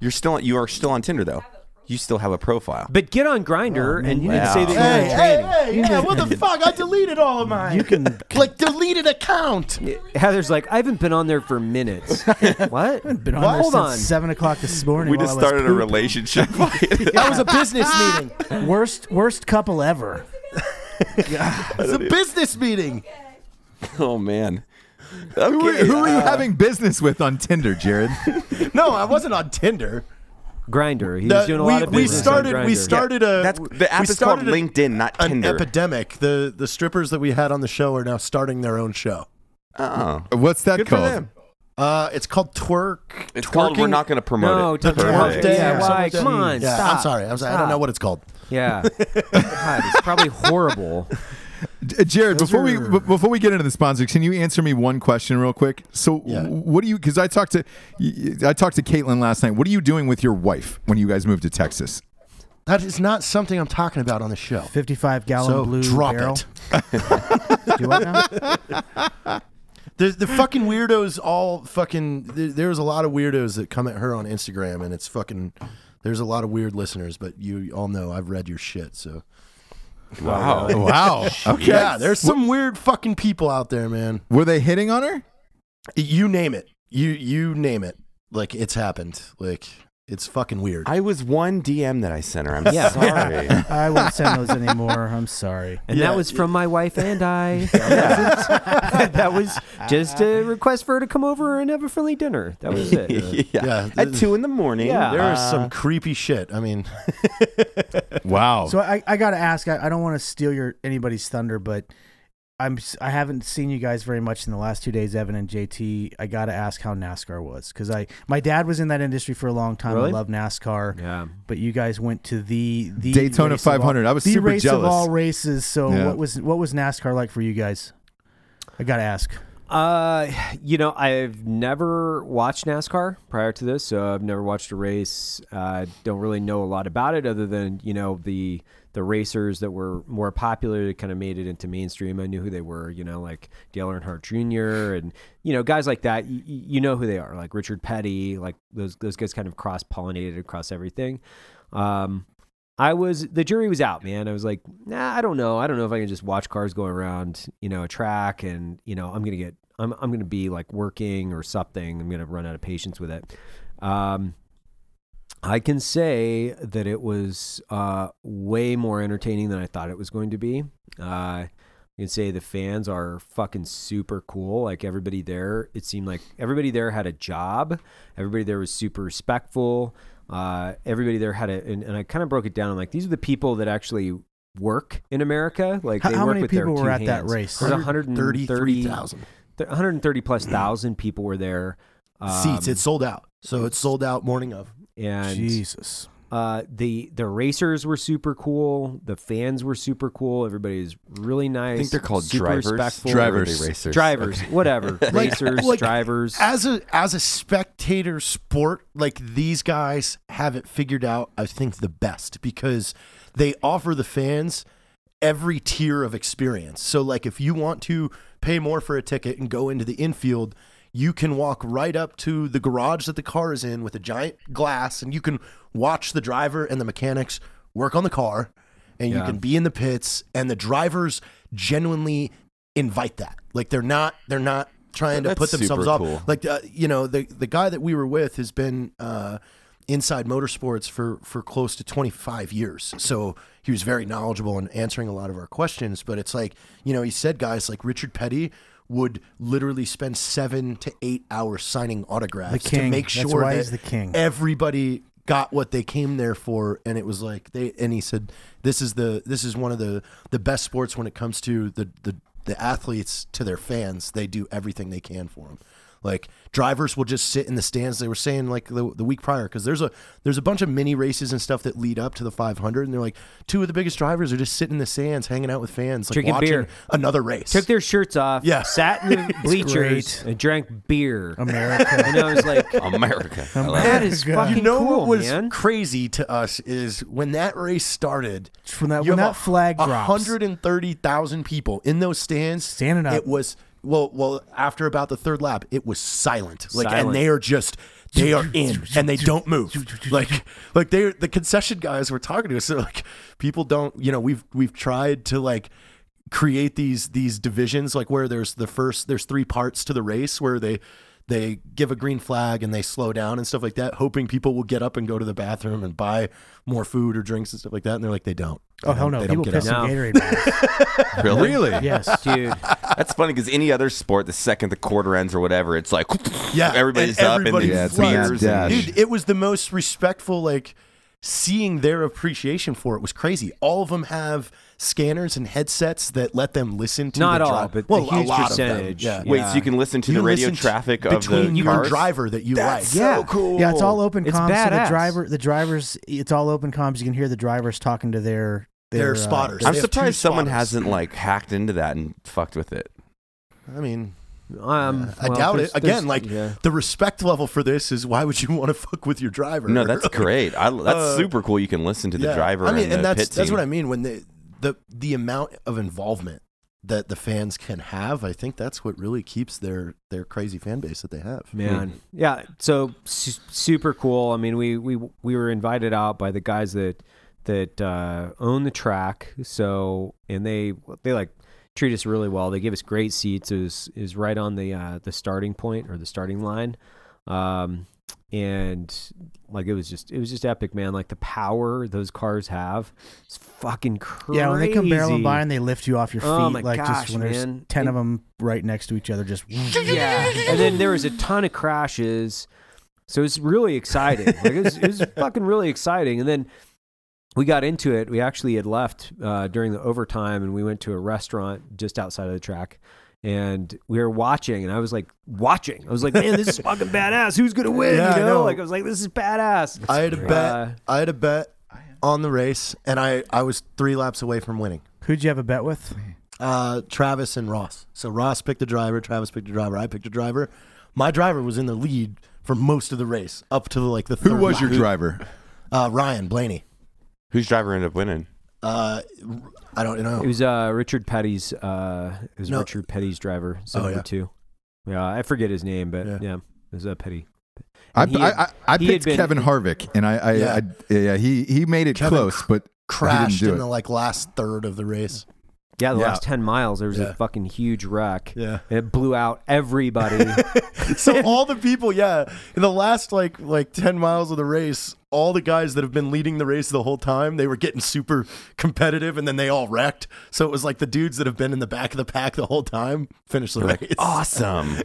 Speaker 6: You're still you are still on Tinder though. You still have a profile.
Speaker 7: but get on grinder and you need to say
Speaker 2: hey,
Speaker 7: that you're a
Speaker 2: hey,
Speaker 7: tranny.
Speaker 2: hey, yeah, what the fuck? I deleted all of mine. You can like deleted account.
Speaker 7: Heather's like, I haven't been on there for minutes. what?
Speaker 4: Been on there
Speaker 7: Hold
Speaker 4: since
Speaker 7: on.
Speaker 4: seven o'clock this morning.
Speaker 6: We
Speaker 4: while
Speaker 6: just
Speaker 4: I was
Speaker 6: started a
Speaker 4: pooping.
Speaker 6: relationship.
Speaker 2: That was a business meeting.
Speaker 4: Worst worst couple ever.
Speaker 2: It's a business meeting.
Speaker 6: oh man.
Speaker 5: Who,
Speaker 6: Okay,
Speaker 5: who are you having business with on Tinder, Jared?
Speaker 2: No, I wasn't on Tinder.
Speaker 7: Grinder. He
Speaker 2: The-
Speaker 7: was doing a
Speaker 2: we,
Speaker 7: lot of
Speaker 2: we
Speaker 7: business
Speaker 2: started.
Speaker 7: on Grindr.
Speaker 2: we started a.
Speaker 6: That's the app
Speaker 2: we
Speaker 6: is called
Speaker 2: started a-
Speaker 6: LinkedIn, not
Speaker 2: An
Speaker 6: Tinder.
Speaker 2: epidemic. The the strippers that we had on the show are now starting their own show.
Speaker 6: oh.
Speaker 5: What's that
Speaker 6: Good for
Speaker 5: called?
Speaker 6: them.
Speaker 2: Uh, it's called twerk.
Speaker 6: It's called we're
Speaker 2: twerking-
Speaker 6: not going to promote
Speaker 7: No,
Speaker 6: it.
Speaker 7: don't
Speaker 2: Twerk
Speaker 7: promote
Speaker 2: Day
Speaker 7: it. Yeah,
Speaker 2: or
Speaker 7: why?
Speaker 2: something like that.
Speaker 7: Come on,
Speaker 2: Yeah,
Speaker 7: stop.
Speaker 2: I'm sorry. I, was, I don't know
Speaker 7: Stop.
Speaker 2: what it's called.
Speaker 7: Yeah. God, it's probably horrible.
Speaker 5: J- uh, Jared, before we b- before we get into the sponsors, can you answer me one question real quick? So,
Speaker 2: Yeah.
Speaker 5: w- what do you? Because I talked to y- y- I talked to Caitlin last night. What are you doing with your wife when you guys moved to Texas?
Speaker 2: That is not something I'm talking about on the show.
Speaker 4: Fifty-five gallon
Speaker 2: So
Speaker 4: blue
Speaker 2: drop
Speaker 4: barrel.
Speaker 2: it.
Speaker 4: Do I know?
Speaker 2: The, the fucking weirdos all fucking. There, there's a lot of weirdos that come at her on Instagram, and it's fucking. There's a lot of weird listeners, but you all know I've read your shit, so.
Speaker 6: Wow.
Speaker 5: Wow. okay.
Speaker 2: Yeah, there's some weird fucking people out there, man.
Speaker 5: Were they hitting on her?
Speaker 2: You name it. You you name it. Like it's happened. Like it's fucking weird.
Speaker 6: I was one DM that I sent her. I'm
Speaker 7: Yeah.
Speaker 6: sorry.
Speaker 4: I won't send those anymore. I'm sorry.
Speaker 7: And
Speaker 2: Yeah.
Speaker 7: that was from my wife and I. that was just a request for her to come over and have a friendly dinner. That was it.
Speaker 6: yeah.
Speaker 2: Yeah.
Speaker 6: At two in the morning.
Speaker 7: Yeah.
Speaker 2: there is
Speaker 4: Uh,
Speaker 2: some creepy shit. I mean,
Speaker 5: Wow.
Speaker 4: So I, I gotta ask. I, I don't want to steal your anybody's thunder, but I'm s- I haven't seen you guys very much in the last two days, Evan and JT. I gotta ask how NASCAR was because I my dad was in that industry for a long time. I
Speaker 7: Really?
Speaker 4: love NASCAR.
Speaker 7: Yeah.
Speaker 4: But you guys went to the the
Speaker 5: Daytona
Speaker 4: race of all-
Speaker 5: 500. I was
Speaker 4: the
Speaker 5: super
Speaker 4: race of
Speaker 5: jealous.
Speaker 4: all races. So
Speaker 5: Yeah.
Speaker 4: what was what was NASCAR like for you guys? I gotta ask.
Speaker 7: Uh, you know, I've never watched NASCAR prior to this, so I've never watched a race. uh, don't really know a lot about it, other than you know the the racers that were more popular that kind of made it into mainstream. I knew who they were, you know, like Dale Earnhardt Jr. and you know guys like that. You, you know who they are, like Richard Petty, like those those guys kind of cross pollinated across everything. Um, I was the jury was out, man. I was like, nah, I don't know. I don't know if I can just watch cars going around, you know, a track and, you know, I'm gonna get I'm I'm gonna be like working or something. I'm gonna run out of patience with it. Um I can say that it was uh, way more entertaining than I thought it was going to be. Uh, I can say the fans are fucking super cool. Like everybody there, it seemed like everybody there had a job. Everybody there was super respectful. Uh, everybody there had a, and, and I kind of broke it down. I'm like, these are the people that actually work in America. Like
Speaker 4: How-
Speaker 7: they
Speaker 4: how
Speaker 7: work
Speaker 4: many
Speaker 7: with their
Speaker 4: people were
Speaker 7: two
Speaker 4: at that
Speaker 7: hands.
Speaker 4: race?
Speaker 7: There's 130,
Speaker 2: 33,000
Speaker 7: th- 130 plus thousand people were there.
Speaker 2: seats.
Speaker 7: Um,
Speaker 2: It's sold out. So it's sold out morning of.
Speaker 7: and
Speaker 4: Jesus.
Speaker 7: uh, the the racers were super cool. The fans were super cool. Everybody's really nice.
Speaker 6: I think they're called
Speaker 7: super
Speaker 6: drivers.
Speaker 7: Respectful.
Speaker 5: Drivers.
Speaker 6: Or are they racers.
Speaker 7: Drivers, whatever. racers,
Speaker 2: like,
Speaker 7: drivers.
Speaker 2: As a as a spectator sport, like these guys have it figured out. I think the best because they offer the fans every tier of experience. So like if you want to pay more for a ticket and go into the infield, you can walk right up to the garage that the car is in with a giant glass and you can watch the driver and the mechanics work on the car and you
Speaker 7: Yeah.
Speaker 2: can be in the pits and the drivers genuinely invite that. Like they're not they're not trying to
Speaker 6: That's
Speaker 2: put themselves
Speaker 6: super
Speaker 2: off.
Speaker 6: cool.
Speaker 2: Like uh, you know, the the guy that we were with has been uh, inside motorsports for for close to 25 years. So he was very knowledgeable in answering a lot of our questions. But it's like you know, he said guys like Richard Petty would literally spend seven to eight hours signing autographs to
Speaker 4: king.
Speaker 2: make
Speaker 4: That's
Speaker 2: sure
Speaker 4: why
Speaker 2: that
Speaker 4: he's the king.
Speaker 2: everybody got what they came there for and it was like they and he said this is the this is one of the the best sports when it comes to the the the athletes to their fans they do everything they can for them Like drivers will just sit in the stands. They were saying like the, the week prior because there's a there's a bunch of mini races and stuff that lead up to the 500, and they're like two of the biggest drivers are just sitting in the stands, hanging out with fans, like
Speaker 7: Drinking
Speaker 2: watching
Speaker 7: beer.
Speaker 2: another race.
Speaker 7: Took their shirts off,
Speaker 2: Yeah. Oh
Speaker 7: sat in the bleachers,
Speaker 4: great.
Speaker 7: and drank beer.
Speaker 4: America.
Speaker 7: And I was like,
Speaker 6: America. I love
Speaker 7: that is
Speaker 4: God.
Speaker 7: fucking
Speaker 2: you know
Speaker 7: cool,
Speaker 2: what was
Speaker 7: man.
Speaker 2: crazy to us is when that race started.
Speaker 4: When that-
Speaker 2: you
Speaker 4: when
Speaker 2: have
Speaker 4: that
Speaker 2: a-
Speaker 4: flag
Speaker 2: a
Speaker 4: drops.
Speaker 2: 130,000 people in those stands
Speaker 4: Standing up.
Speaker 2: It was well, well. After about the third lap, it was silent. Like,
Speaker 7: Silent.
Speaker 2: and they are just they are in and they don't move. Like, like they the concession guys were talking to us. They're like, people don't. You know, we've we've tried to like create these these divisions like where there's the first there's three parts to the race where they they give a green flag and they slow down and stuff like that hoping people will get up and go to the bathroom and buy more food or drinks and stuff like that and they're like they don't They
Speaker 4: Oh hell
Speaker 2: don't-
Speaker 4: no!
Speaker 2: they don't
Speaker 4: People
Speaker 2: get
Speaker 4: piss
Speaker 2: up
Speaker 4: in Gatorade.
Speaker 7: out.
Speaker 4: bottles.
Speaker 6: it. Really?
Speaker 5: Really?
Speaker 4: yes.
Speaker 7: dude.
Speaker 6: That's funny because any other sport, the second the quarter ends or whatever, it's like
Speaker 2: yeah
Speaker 6: everybody's
Speaker 2: and
Speaker 6: up
Speaker 2: everybody
Speaker 5: Yeah,
Speaker 6: and
Speaker 5: it's
Speaker 6: it's
Speaker 5: a mad
Speaker 6: beers and-
Speaker 5: dash.
Speaker 2: dude it was the most respectful like seeing their appreciation for it was crazy all of them have scanners and headsets that let them listen to
Speaker 7: Not
Speaker 2: the
Speaker 7: all,
Speaker 2: drive-
Speaker 7: but
Speaker 2: well,
Speaker 7: a huge
Speaker 2: lot of them,
Speaker 7: percentage.
Speaker 2: yeah.
Speaker 6: Wait,
Speaker 7: Yeah.
Speaker 6: so you can listen to the radio
Speaker 2: listen to-
Speaker 6: traffic of the
Speaker 2: between your
Speaker 6: cars?
Speaker 2: driver that you like
Speaker 7: Yeah. so
Speaker 6: cool.
Speaker 4: Yeah, it's all open
Speaker 7: It's
Speaker 4: comms. So the
Speaker 7: badass.
Speaker 4: driver, the drivers, it's all open comms. You can hear the drivers talking to their
Speaker 2: Their
Speaker 4: uh,
Speaker 2: spotters.
Speaker 4: their-
Speaker 6: I'm
Speaker 2: They have
Speaker 6: surprised
Speaker 2: two
Speaker 6: someone
Speaker 2: spotters.
Speaker 6: hasn't like hacked into that and fucked with it.
Speaker 2: i mean
Speaker 7: Um,
Speaker 2: I
Speaker 7: well,
Speaker 2: doubt it.
Speaker 7: there's-
Speaker 2: Again,
Speaker 7: there's-
Speaker 2: like
Speaker 7: yeah.
Speaker 2: the respect level for this is why would you want to fuck with your driver?
Speaker 6: No, that's great. I, that's
Speaker 2: Uh,
Speaker 6: super cool. You can listen to the
Speaker 2: Yeah.
Speaker 6: driver
Speaker 2: I mean,
Speaker 6: the
Speaker 2: that's
Speaker 6: pit
Speaker 2: that's
Speaker 6: team.
Speaker 2: what I mean when the the the amount of involvement that the fans can have. I think that's what really keeps their their crazy fan base that they have.
Speaker 6: Hmm.
Speaker 7: man yeah so su- super cool i mean we we we were invited out by the guys that that uh own the track so and they they like treat us really well they give us great seats is is right on the uh the starting point or the starting line um and like it was just it was just epic man like the power those cars have it's fucking crazy
Speaker 4: Yeah, when they come barreling by and they lift you off your feet,
Speaker 7: Oh my
Speaker 4: like
Speaker 7: gosh,
Speaker 4: just when there's
Speaker 7: man.
Speaker 4: ten of them right next to each other, just
Speaker 7: yeah. And then there was a ton of crashes. So it was really exciting. Like it was, it was fucking really exciting. And then we got into it. We actually had left uh, during the overtime and we went to a restaurant just outside of the track. And we were watching, and I was like, watching. I was like, man, this is fucking badass. Who's gonna win?
Speaker 2: Yeah, I
Speaker 7: you know?
Speaker 2: know.
Speaker 7: like I was like, this is badass.
Speaker 2: I had a bet.
Speaker 7: Uh,
Speaker 2: I had a bet on the race, and I I was three laps away from winning.
Speaker 4: who'd you have a bet with?
Speaker 2: Uh, Travis and Ross. So Ross picked a driver. Travis picked a driver. I picked a driver. My driver was in the lead for most of the race up to like the.
Speaker 5: Who
Speaker 2: third
Speaker 5: was your
Speaker 2: lap.
Speaker 5: driver?
Speaker 2: Uh, Ryan Blaney.
Speaker 6: Whose driver ended up winning?
Speaker 2: Uh, I don't know.
Speaker 7: It was uh, Richard Petty's. Uh, it was
Speaker 2: No.
Speaker 7: Richard Petty's driver. So
Speaker 2: Oh,
Speaker 7: number
Speaker 2: yeah.
Speaker 7: two. Yeah, I forget his name, but
Speaker 2: Yeah.
Speaker 7: yeah, it was uh, Petty.
Speaker 5: I,
Speaker 7: And he had-
Speaker 5: I, I, I
Speaker 7: he had
Speaker 5: picked
Speaker 7: been-
Speaker 5: Kevin Harvick, and I, I,
Speaker 2: Yeah.
Speaker 5: I yeah, he he made it
Speaker 2: Kevin
Speaker 5: close, but
Speaker 2: crashed
Speaker 5: do
Speaker 2: in
Speaker 5: it.
Speaker 2: the like last third of the race.
Speaker 7: Yeah, the
Speaker 2: Yeah.
Speaker 7: last 10 miles, there was
Speaker 2: Yeah.
Speaker 7: a fucking huge wreck.
Speaker 2: Yeah.
Speaker 7: And it blew out everybody.
Speaker 2: so all the people, yeah, in the last like like ten miles of the race, all the guys that have been leading the race the whole time, they were getting super competitive, and then they all wrecked. So it was like the dudes that have been in the back of the pack the whole time finished the race.
Speaker 6: Awesome.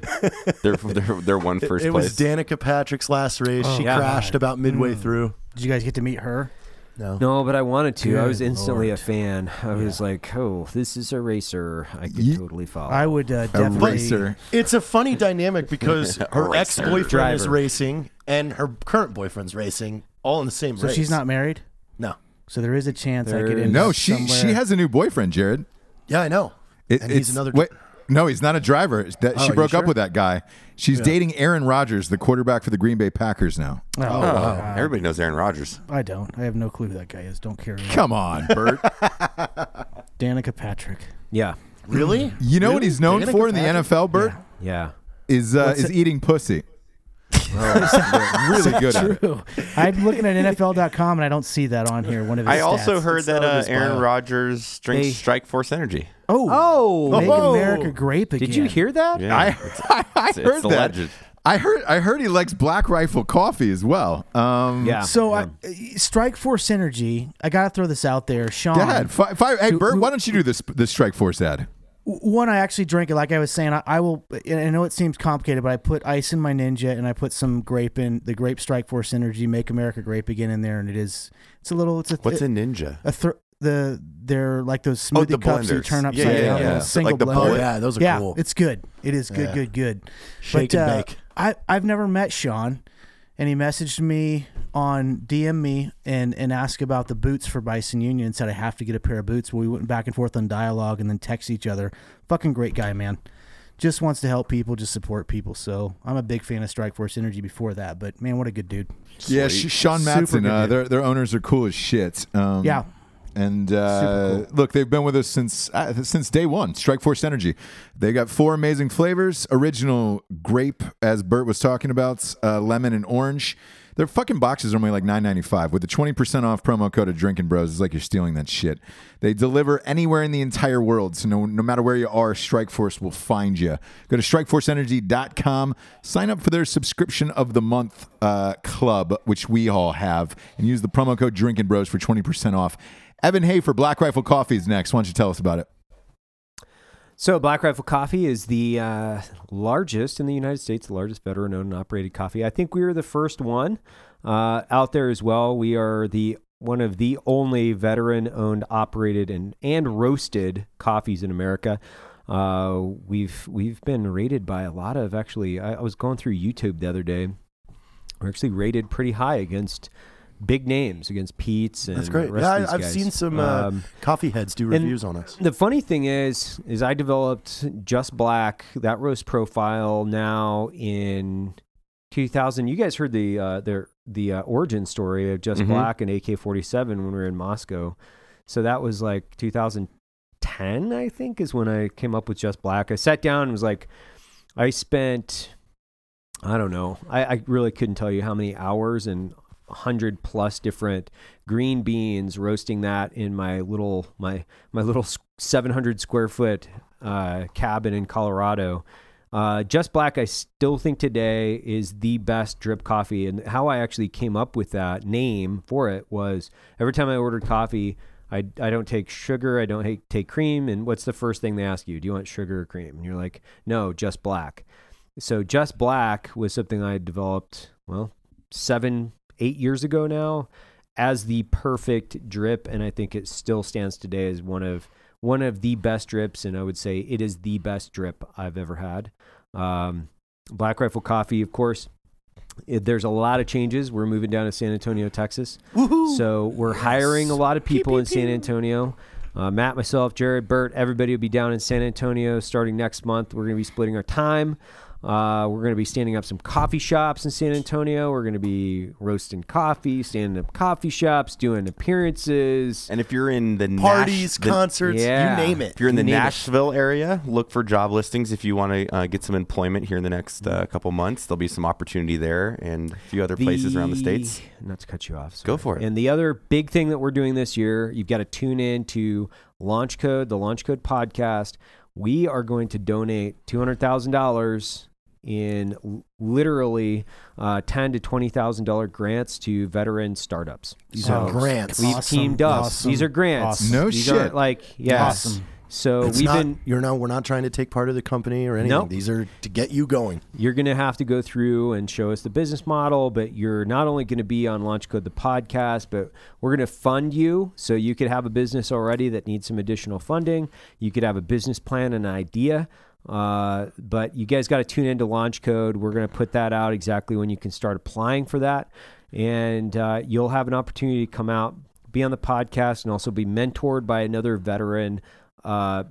Speaker 6: they're, they're, they're one first
Speaker 2: it
Speaker 6: place.
Speaker 2: was Danica Patrick's last race. she
Speaker 7: yeah.
Speaker 2: crashed about midway through.
Speaker 4: Did you guys get to meet her?
Speaker 2: No.
Speaker 7: no, but I wanted to. I was
Speaker 4: Good
Speaker 7: instantly
Speaker 4: Lord.
Speaker 7: a fan. I was like, oh, this is a racer. I could
Speaker 5: Ye-
Speaker 7: totally follow.
Speaker 4: I would uh,
Speaker 5: a
Speaker 4: definitely.
Speaker 5: racer.
Speaker 2: It's a funny dynamic because her
Speaker 6: Racer.
Speaker 2: ex boyfriend is
Speaker 7: Driver.
Speaker 2: racing and her current boyfriend's racing, all in the same
Speaker 4: So
Speaker 2: race.
Speaker 4: she's not married.
Speaker 2: No.
Speaker 4: So there is a chance I could
Speaker 7: There-
Speaker 4: end
Speaker 5: No,
Speaker 4: up
Speaker 5: she
Speaker 4: somewhere.
Speaker 5: she has a new boyfriend, Jared.
Speaker 2: Yeah, I know.
Speaker 5: It-
Speaker 2: and he's another.
Speaker 5: Wait, no, he's not a driver. It's that-
Speaker 2: Oh,
Speaker 5: she
Speaker 2: you
Speaker 5: broke up
Speaker 2: sure?
Speaker 5: with that guy. She's dating Aaron Rodgers, the quarterback for the Green Bay Packers now.
Speaker 4: Oh,
Speaker 6: Oh,
Speaker 4: wow.
Speaker 6: everybody knows Aaron Rodgers.
Speaker 4: I don't. I have no clue who that guy is. Don't care.
Speaker 5: Come on, Bert.
Speaker 4: Danica Patrick.
Speaker 7: yeah.
Speaker 2: really?
Speaker 5: You know what
Speaker 2: Really?
Speaker 5: he's known
Speaker 2: Danica
Speaker 5: for in the
Speaker 2: Patrick?
Speaker 5: NFL, Bert?
Speaker 7: Yeah.
Speaker 5: Is uh, is eating pussy. really good at it.
Speaker 4: True. I'm looking at NFL.com and I don't see that on here. One of his
Speaker 6: I also
Speaker 4: stats.
Speaker 6: heard that
Speaker 2: all
Speaker 6: uh,
Speaker 2: his
Speaker 6: Aaron
Speaker 2: bio.
Speaker 6: Rodgers drinks
Speaker 7: They-
Speaker 6: Strike Force Energy.
Speaker 4: Oh,
Speaker 7: Oh,
Speaker 4: make
Speaker 2: Whoa.
Speaker 4: America grape again.
Speaker 7: did you hear that?
Speaker 6: Yeah.
Speaker 5: I, I, I
Speaker 6: it's
Speaker 5: heard that.
Speaker 6: a legend.
Speaker 5: I heard I heard he likes Black Rifle coffee as well. Um,
Speaker 7: Yeah.
Speaker 4: So, I, uh, Strike Force Energy. I gotta throw this out there, Sean.
Speaker 5: Dad, fi- fi- hey
Speaker 4: Who-
Speaker 5: Bert,
Speaker 4: who-
Speaker 5: why don't you do this this Strike Force ad?
Speaker 4: one, I actually drink it. Like I was saying, I, I will. And I know it seems complicated, but I put ice in my Ninja and I put some grape in the grape Strike Force Energy. Make America Grape again in there, and it is. It's a little. It's a.
Speaker 6: What's
Speaker 4: it,
Speaker 6: a ninja?
Speaker 4: a thr- the they're like those smoothie
Speaker 6: Oh, the
Speaker 4: cups you
Speaker 6: blenders.
Speaker 4: turn upside
Speaker 6: Yeah, yeah,
Speaker 4: down,
Speaker 6: yeah.
Speaker 4: little
Speaker 6: Like
Speaker 4: single
Speaker 6: the
Speaker 4: blend.
Speaker 2: Oh,
Speaker 6: bullet.
Speaker 2: yeah, those are
Speaker 4: yeah,
Speaker 2: cool.
Speaker 4: it's good. It is good,
Speaker 2: Yeah.
Speaker 4: good, good.
Speaker 2: Shake
Speaker 4: but,
Speaker 2: and
Speaker 4: uh,
Speaker 2: bake.
Speaker 4: I I've never met Sean, and he messaged me on DM me and and asked about the boots for Bison Union and said I have to get a pair of boots. Well, we went back and forth on dialogue and then text each other. Fucking great guy, man. Just wants to help people, just support people. So I'm a big fan of Strike Force Energy before that, but man, what a good dude.
Speaker 5: Yeah, Sh- Sean
Speaker 4: Super
Speaker 5: Matson.
Speaker 4: good
Speaker 5: Uh,
Speaker 4: dude.
Speaker 5: their their owners are cool as shit. Um,
Speaker 4: Yeah.
Speaker 5: And uh,
Speaker 4: Super
Speaker 5: look, they've been with us since uh, since day one. Strike Force Energy. They got four amazing flavors: original grape, as Bert was talking about, uh, lemon and orange. Their fucking boxes are only like nine ninety five with the twenty percent off promo code of Drinking Bros. It's like you're stealing that shit. They deliver anywhere in the entire world, so no no matter where you are, Strike Force will find you. Go to strikeforceenergy.com. Sign up for their subscription of the month uh, club, which we all have, and use the promo code Drinking Bros for twenty percent off. Evan Hay for Black Rifle Coffee is next. Why don't you tell us about it?
Speaker 7: So, Black Rifle Coffee is the uh, largest in the United States, the largest veteran owned and operated coffee. I think we were the first one uh, out there as well. We are the one of the only veteran owned, operated, and, and roasted coffees in America. Uh, we've we've been rated by a lot of actually. I, I was going through YouTube the other day. We're actually rated pretty high against big names, against Pete's and
Speaker 2: That's great.
Speaker 7: The rest
Speaker 2: Yeah,
Speaker 7: of these
Speaker 2: I, I've
Speaker 7: guys.
Speaker 2: seen some uh,
Speaker 7: Um,
Speaker 2: coffee heads do
Speaker 7: and-
Speaker 2: reviews on us.
Speaker 7: the funny thing is, is I developed Just Black that roast profile now in 2000. You guys heard the uh, their the uh, origin story of Just
Speaker 6: Mhm.
Speaker 7: Black and AK47 when we were in Moscow. So that was like 2010, I think, is when I came up with Just Black. I sat down and was like, I spent, I don't know, I, I really couldn't tell you how many hours and hundred plus different green beans roasting that in my little my my little s- 700 square foot uh, cabin in Colorado. Uh, Just Black, I still think today is the best drip coffee. And how I actually came up with that name for it was every time I ordered coffee, I, I don't take sugar, I don't ha- take cream. And what's the first thing they ask you? Do you want sugar or cream? And you're like, no, just black. So Just Black was something I developed, well, seven, eight years ago now as the perfect drip. And I think it still stands today as one of one of the best drips, and I would say it is the best drip I've ever had. Um, Black Rifle Coffee, of course. It, there's a lot of changes. We're moving down to San Antonio, Texas. So we're hiring a lot of people in San Antonio. Uh, Matt, myself, Jared, Bert, everybody will be down in San Antonio starting next month. We're going to be splitting our time. Uh, we're going to be standing up some coffee shops in San Antonio. We're going to be roasting coffee, standing up coffee shops, doing appearances.
Speaker 6: And if you're in the Nash-
Speaker 2: Parties,
Speaker 6: the-
Speaker 2: concerts,
Speaker 7: Yeah.
Speaker 2: you name it.
Speaker 6: If you're in the
Speaker 7: Name it.
Speaker 6: Nashville area, look for job listings. If you want to uh, get some employment here in the next uh, couple months, there'll be some opportunity there and a few other places around the states.
Speaker 7: Not to cut you off.
Speaker 6: Go
Speaker 7: sorry.
Speaker 6: for it.
Speaker 7: And the other big thing that we're doing this year, you've got to tune in to Launch Code, the Launch Code podcast. We are going to donate two hundred thousand dollars in l- literally uh, ten to twenty thousand dollar grants to veteran startups.
Speaker 2: These are
Speaker 4: Oh,
Speaker 2: grants.
Speaker 7: We've
Speaker 4: Awesome.
Speaker 7: teamed up.
Speaker 4: Awesome.
Speaker 7: These are grants.
Speaker 4: Awesome.
Speaker 5: No
Speaker 7: These
Speaker 5: shit.
Speaker 7: aren't like yeah.
Speaker 4: Awesome.
Speaker 7: So
Speaker 2: It's
Speaker 7: we've
Speaker 2: not-
Speaker 7: been
Speaker 2: You're not. We're not trying to take part of the company or anything.
Speaker 7: Nope.
Speaker 2: These are to get you going.
Speaker 7: you're going to have to go through and show us the business model, but you're not only going to be on Launch Code the podcast, but we're going to fund you. So you could have a business already that needs some additional funding. You could have a business plan and idea. Uh, but you guys got to tune into Launch Code. We're going to put that out exactly when you can start applying for that. And uh, you'll have an opportunity to come out, be on the podcast, and also be mentored by another veteran uh,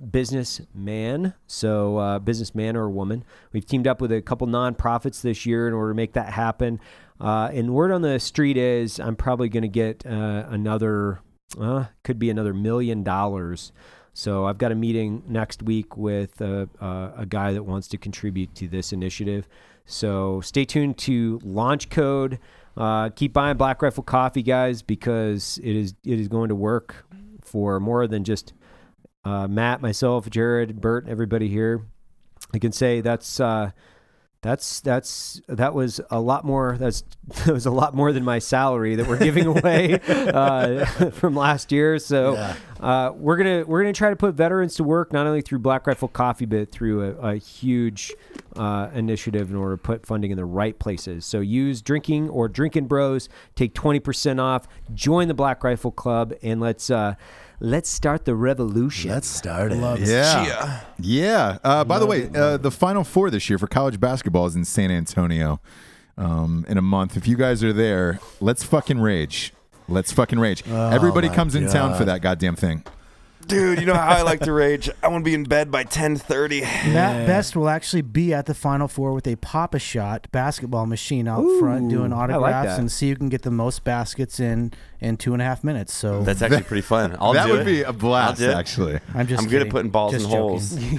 Speaker 7: businessman, so uh, businessman or woman. We've teamed up with a couple nonprofits this year in order to make that happen. Uh, and word on the street is I'm probably going to get uh, another, uh, could be another million dollars. So I've got a meeting next week with a, uh, a guy that wants to contribute to this initiative. So stay tuned to Launch Code. Uh, keep buying Black Rifle Coffee, guys, because it is it is going to work for more than just uh, Matt, myself, Jared, Bert, everybody here. I can say that's uh, that's that's that was a lot more. That's that was a lot more than my salary that we're giving away uh, from last year. So uh, we're gonna we're gonna try to put veterans to work not only through Black Rifle Coffee, but through a, a huge uh, initiative in order to put funding in the right places. So use drinking or drinking bros. Take twenty percent off. Join the Black Rifle Club and let's. Uh, Let's start the revolution.
Speaker 2: Let's start it.
Speaker 5: Yeah. Yeah. Uh, by the way, uh, the Final Four this year for college basketball is in San Antonio um, in a month. If you guys are there, let's fucking rage. Let's fucking rage. Everybody comes in town for that goddamn thing.
Speaker 6: Dude, you know how I like to rage. I want to be in bed by 10:30.
Speaker 4: Matt Best will actually be at the Final Four with a Papa Shot basketball machine out front doing autographs
Speaker 7: that.
Speaker 4: and see who can get the most baskets in in two and a half minutes. So
Speaker 6: That's actually pretty fun. I'll
Speaker 5: that
Speaker 6: do
Speaker 5: would
Speaker 6: it.
Speaker 5: be a blast,
Speaker 6: I'll do it.
Speaker 5: actually.
Speaker 4: I'm just
Speaker 6: I'm good at
Speaker 4: kidding.
Speaker 6: putting balls
Speaker 4: Just
Speaker 6: in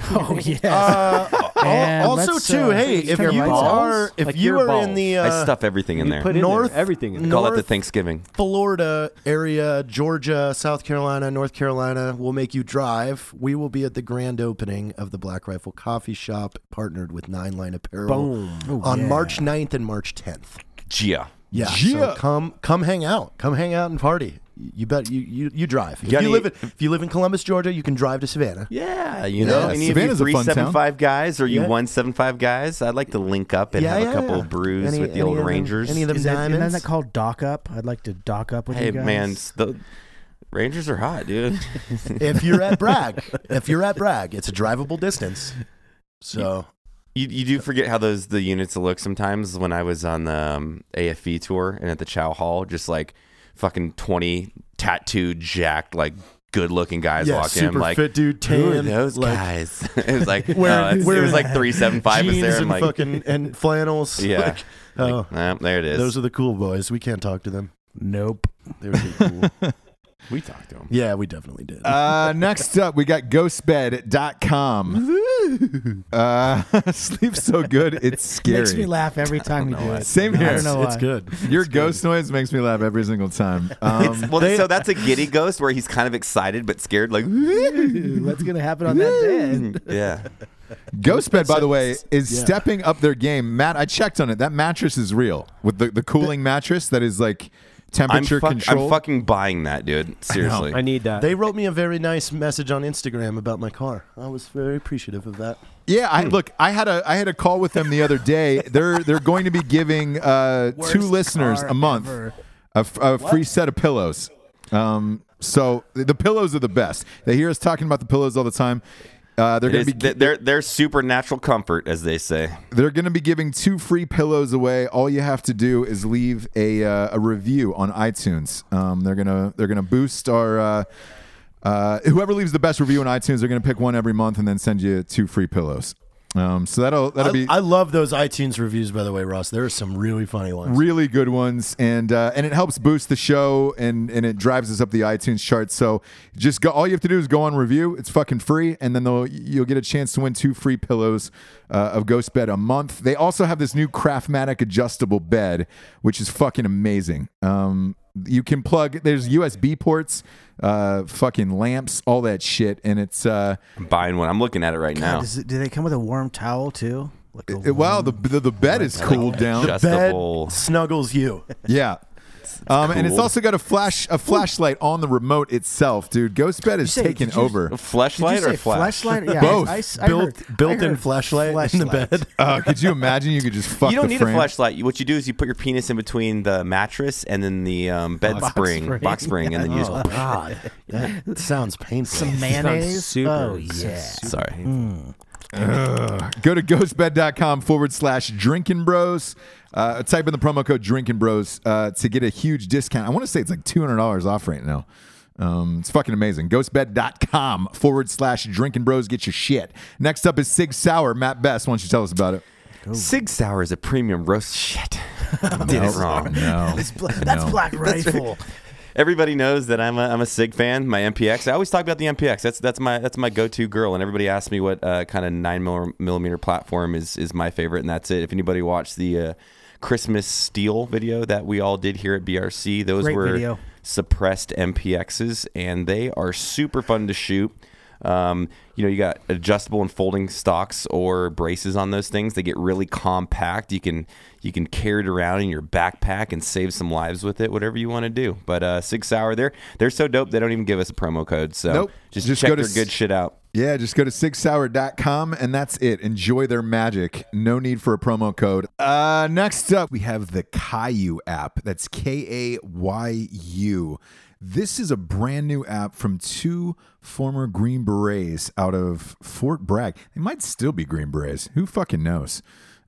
Speaker 4: joking.
Speaker 6: holes.
Speaker 4: oh yes.
Speaker 2: Uh, Al-
Speaker 4: And
Speaker 2: also,
Speaker 4: let's,
Speaker 2: too,
Speaker 4: uh,
Speaker 2: hey,
Speaker 4: let's
Speaker 2: if
Speaker 4: turn
Speaker 2: you
Speaker 4: your lights off.
Speaker 2: are if
Speaker 7: Like
Speaker 2: you
Speaker 7: your
Speaker 2: are in
Speaker 7: balls.
Speaker 2: the
Speaker 6: I
Speaker 2: uh,
Speaker 6: stuff everything in there.
Speaker 7: Put in
Speaker 2: North-
Speaker 7: there, everything in there.
Speaker 6: Call it the
Speaker 2: North-
Speaker 6: Thanksgiving.
Speaker 2: Florida area, Georgia, South Carolina, North Carolina will make you drive. We will be at the grand opening of the Black Rifle Coffee Shop, partnered with Nine Line Apparel on March 9th and March 10th.
Speaker 6: Gia.
Speaker 2: Yeah,
Speaker 5: Yeah.
Speaker 2: So come come hang out. Come hang out and party. You bet you you, you drive. If
Speaker 6: Got
Speaker 2: you
Speaker 6: any-
Speaker 2: live in, if you live in Columbus, Georgia, you can drive to Savannah.
Speaker 6: Yeah, you know, any
Speaker 5: Savannah's
Speaker 6: of
Speaker 5: a
Speaker 6: you
Speaker 5: fun town.
Speaker 6: 375 guys or you
Speaker 2: Yeah.
Speaker 6: 175 guys, I'd like to link up and
Speaker 2: yeah,
Speaker 6: have
Speaker 2: yeah,
Speaker 6: a couple
Speaker 2: yeah.
Speaker 6: of brews
Speaker 2: Any-
Speaker 6: with the
Speaker 2: any
Speaker 6: old
Speaker 2: of them-
Speaker 6: Rangers.
Speaker 2: Any of them
Speaker 4: Is that,
Speaker 2: diamonds?
Speaker 4: isn't that called dock up? I'd like to dock up with
Speaker 6: hey
Speaker 4: you guys.
Speaker 6: man, s- the Rangers are hot, dude.
Speaker 2: if you're at Bragg, if you're at Bragg, it's a drivable distance. So
Speaker 6: You, you do forget how those the units look sometimes. When I was on the um, AFV tour and at the Chow Hall, just like fucking twenty tattooed, jacked, like good looking guys
Speaker 2: yeah,
Speaker 6: walk
Speaker 2: super
Speaker 6: in. Like
Speaker 2: fit dude, tan,
Speaker 6: who are those
Speaker 2: like,
Speaker 6: guys? it was like
Speaker 2: Where-
Speaker 6: uh, it's- it
Speaker 2: where-
Speaker 6: was like three seven five
Speaker 2: jeans
Speaker 6: is there.
Speaker 2: and
Speaker 6: I'm like,
Speaker 2: fucking and flannels.
Speaker 6: Yeah.
Speaker 2: Like,
Speaker 6: like,
Speaker 2: oh,
Speaker 6: "Nah, there it is.
Speaker 2: those are the cool boys. We can't talk to them.
Speaker 4: Nope.
Speaker 2: They were too cool.
Speaker 6: we talked to them.
Speaker 2: yeah, we definitely did.
Speaker 5: Uh, next up, we got ghostbed.com. Uh, sleep so good, it's scary.
Speaker 4: Makes me laugh every time we do it.
Speaker 5: Same
Speaker 4: I
Speaker 5: here.
Speaker 4: don't know why.
Speaker 2: it's good.
Speaker 5: Your ghost noise makes me laugh every single time. Um,
Speaker 6: Well, so that's a giddy ghost where he's kind of excited but scared. Like,
Speaker 4: Ooh, What's gonna happen on that day?
Speaker 6: yeah,
Speaker 5: Ghostbed, by the way, is stepping up their game. Matt, I checked on it. That mattress is real with the, the cooling mattress that is like
Speaker 6: I'm,
Speaker 5: temperature
Speaker 6: fuck- I'm
Speaker 5: controlled.
Speaker 6: fucking buying that, dude. Seriously,
Speaker 7: I need that.
Speaker 2: They wrote me a very nice message on Instagram about my car. I was very appreciative of that.
Speaker 5: yeah, I look. I had a I had a call with them the other day. They're they're going to be giving uh,
Speaker 4: Worst
Speaker 5: two listeners
Speaker 4: car
Speaker 5: a month
Speaker 4: ever.
Speaker 5: a, f- a free set of pillows. Um, so the the pillows are the best. They hear us talking about the pillows all the time. Uh, they're
Speaker 6: It
Speaker 5: going
Speaker 6: is-
Speaker 5: to be
Speaker 6: th- they're they're supernatural comfort, as they say.
Speaker 5: They're going to be giving two free pillows away. All you have to do is leave a uh, a review on iTunes. Um, they're gonna they're gonna boost our. Uh, uh, whoever leaves the best review on iTunes, they're gonna pick one every month and then send you two free pillows. Um, so that'll that'll
Speaker 2: I,
Speaker 5: be
Speaker 2: I love those iTunes reviews, by the way, Ross. There are some really funny ones.
Speaker 5: really good ones, and uh, and it helps boost the show and and it drives us up the iTunes chart. So just go. All you have to do is go on review. It's fucking free, and then they'll you'll get a chance to win two free pillows uh, of Ghost Bed a month. They also have this new Craftmatic adjustable bed, which is fucking amazing. Um, you can plug. There's USB ports, uh, fucking lamps, all that shit, and it's. Uh,
Speaker 6: I'm buying one. I'm looking at it right now.
Speaker 4: Does it, do they come with a warm towel too? Like a
Speaker 5: it- wow, the, the the bed is cooled down.
Speaker 2: Bed
Speaker 6: Adjustable.
Speaker 2: snuggles you.
Speaker 5: Yeah. Um, and it's
Speaker 6: cool.
Speaker 5: also got a flash a flashlight on the remote itself, dude. Ghostbed is
Speaker 4: say-
Speaker 5: taking
Speaker 4: did you-
Speaker 5: over.
Speaker 6: A
Speaker 4: Did you
Speaker 6: flashlight
Speaker 4: say
Speaker 6: or flash?
Speaker 4: flashlight? Yeah,
Speaker 5: Both.
Speaker 4: I, s- I
Speaker 2: Built
Speaker 4: heard- I
Speaker 2: built-in
Speaker 4: heard
Speaker 2: flashlight, in the
Speaker 4: flashlight.
Speaker 2: bed.
Speaker 5: Uh, could you imagine? You could just fuck.
Speaker 6: You don't
Speaker 5: the
Speaker 6: need
Speaker 5: frame.
Speaker 6: a flashlight. You- What you do is you put your penis in between the mattress and then the um, bed spring,
Speaker 4: spring.
Speaker 6: box spring, and then you.
Speaker 2: Oh
Speaker 6: Just,
Speaker 2: God, that sounds painful.
Speaker 4: Some mayonnaise.
Speaker 7: super.
Speaker 4: Oh
Speaker 7: It's
Speaker 4: yeah.
Speaker 6: sorry.
Speaker 5: Go to ghostbed.com forward slash drinking bros. Uh, type in the promo code drinking bros uh, to get a huge discount. I want to say it's like $200 off right now. Um, it's fucking amazing. Ghostbed.com forward slash drinking bros. Get your shit. Next up is Sig Sauer. Matt Best, why don't you tell us about it?
Speaker 6: Sig Sauer is a premium roast. Shit. Did it wrong.
Speaker 5: No.
Speaker 4: That's Black Rifle.
Speaker 6: Everybody knows that I'm a, I'm a Sig fan. My MPX. I always talk about the MPX. That's that's my that's my go-to girl. And everybody asks me what uh, kind of nine mil- millimeter platform is is my favorite, and that's it. If anybody watched the uh, Christmas Steel video that we all did here at BRC, those
Speaker 4: Great
Speaker 6: were
Speaker 4: video.
Speaker 6: suppressed MPXs, and they are super fun to shoot. Um, you know, you got adjustable and folding stocks or braces on those things. They get really compact. You can you can carry it around in your backpack and save some lives with it. Whatever you want to do. But uh, six hour, they're they're so dope. They don't even give us a promo code. So
Speaker 5: Nope.
Speaker 6: just,
Speaker 5: Just
Speaker 6: check
Speaker 5: go to
Speaker 6: their
Speaker 5: s-
Speaker 6: good shit out.
Speaker 5: Yeah, just go to sigsour.com and that's it. Enjoy their magic. No need for a promo code. Uh, next up, we have the Caillou app. That's K A Y U. This is a brand new app from two former Green Berets out of Fort Bragg. They might still be Green Berets. Who fucking knows?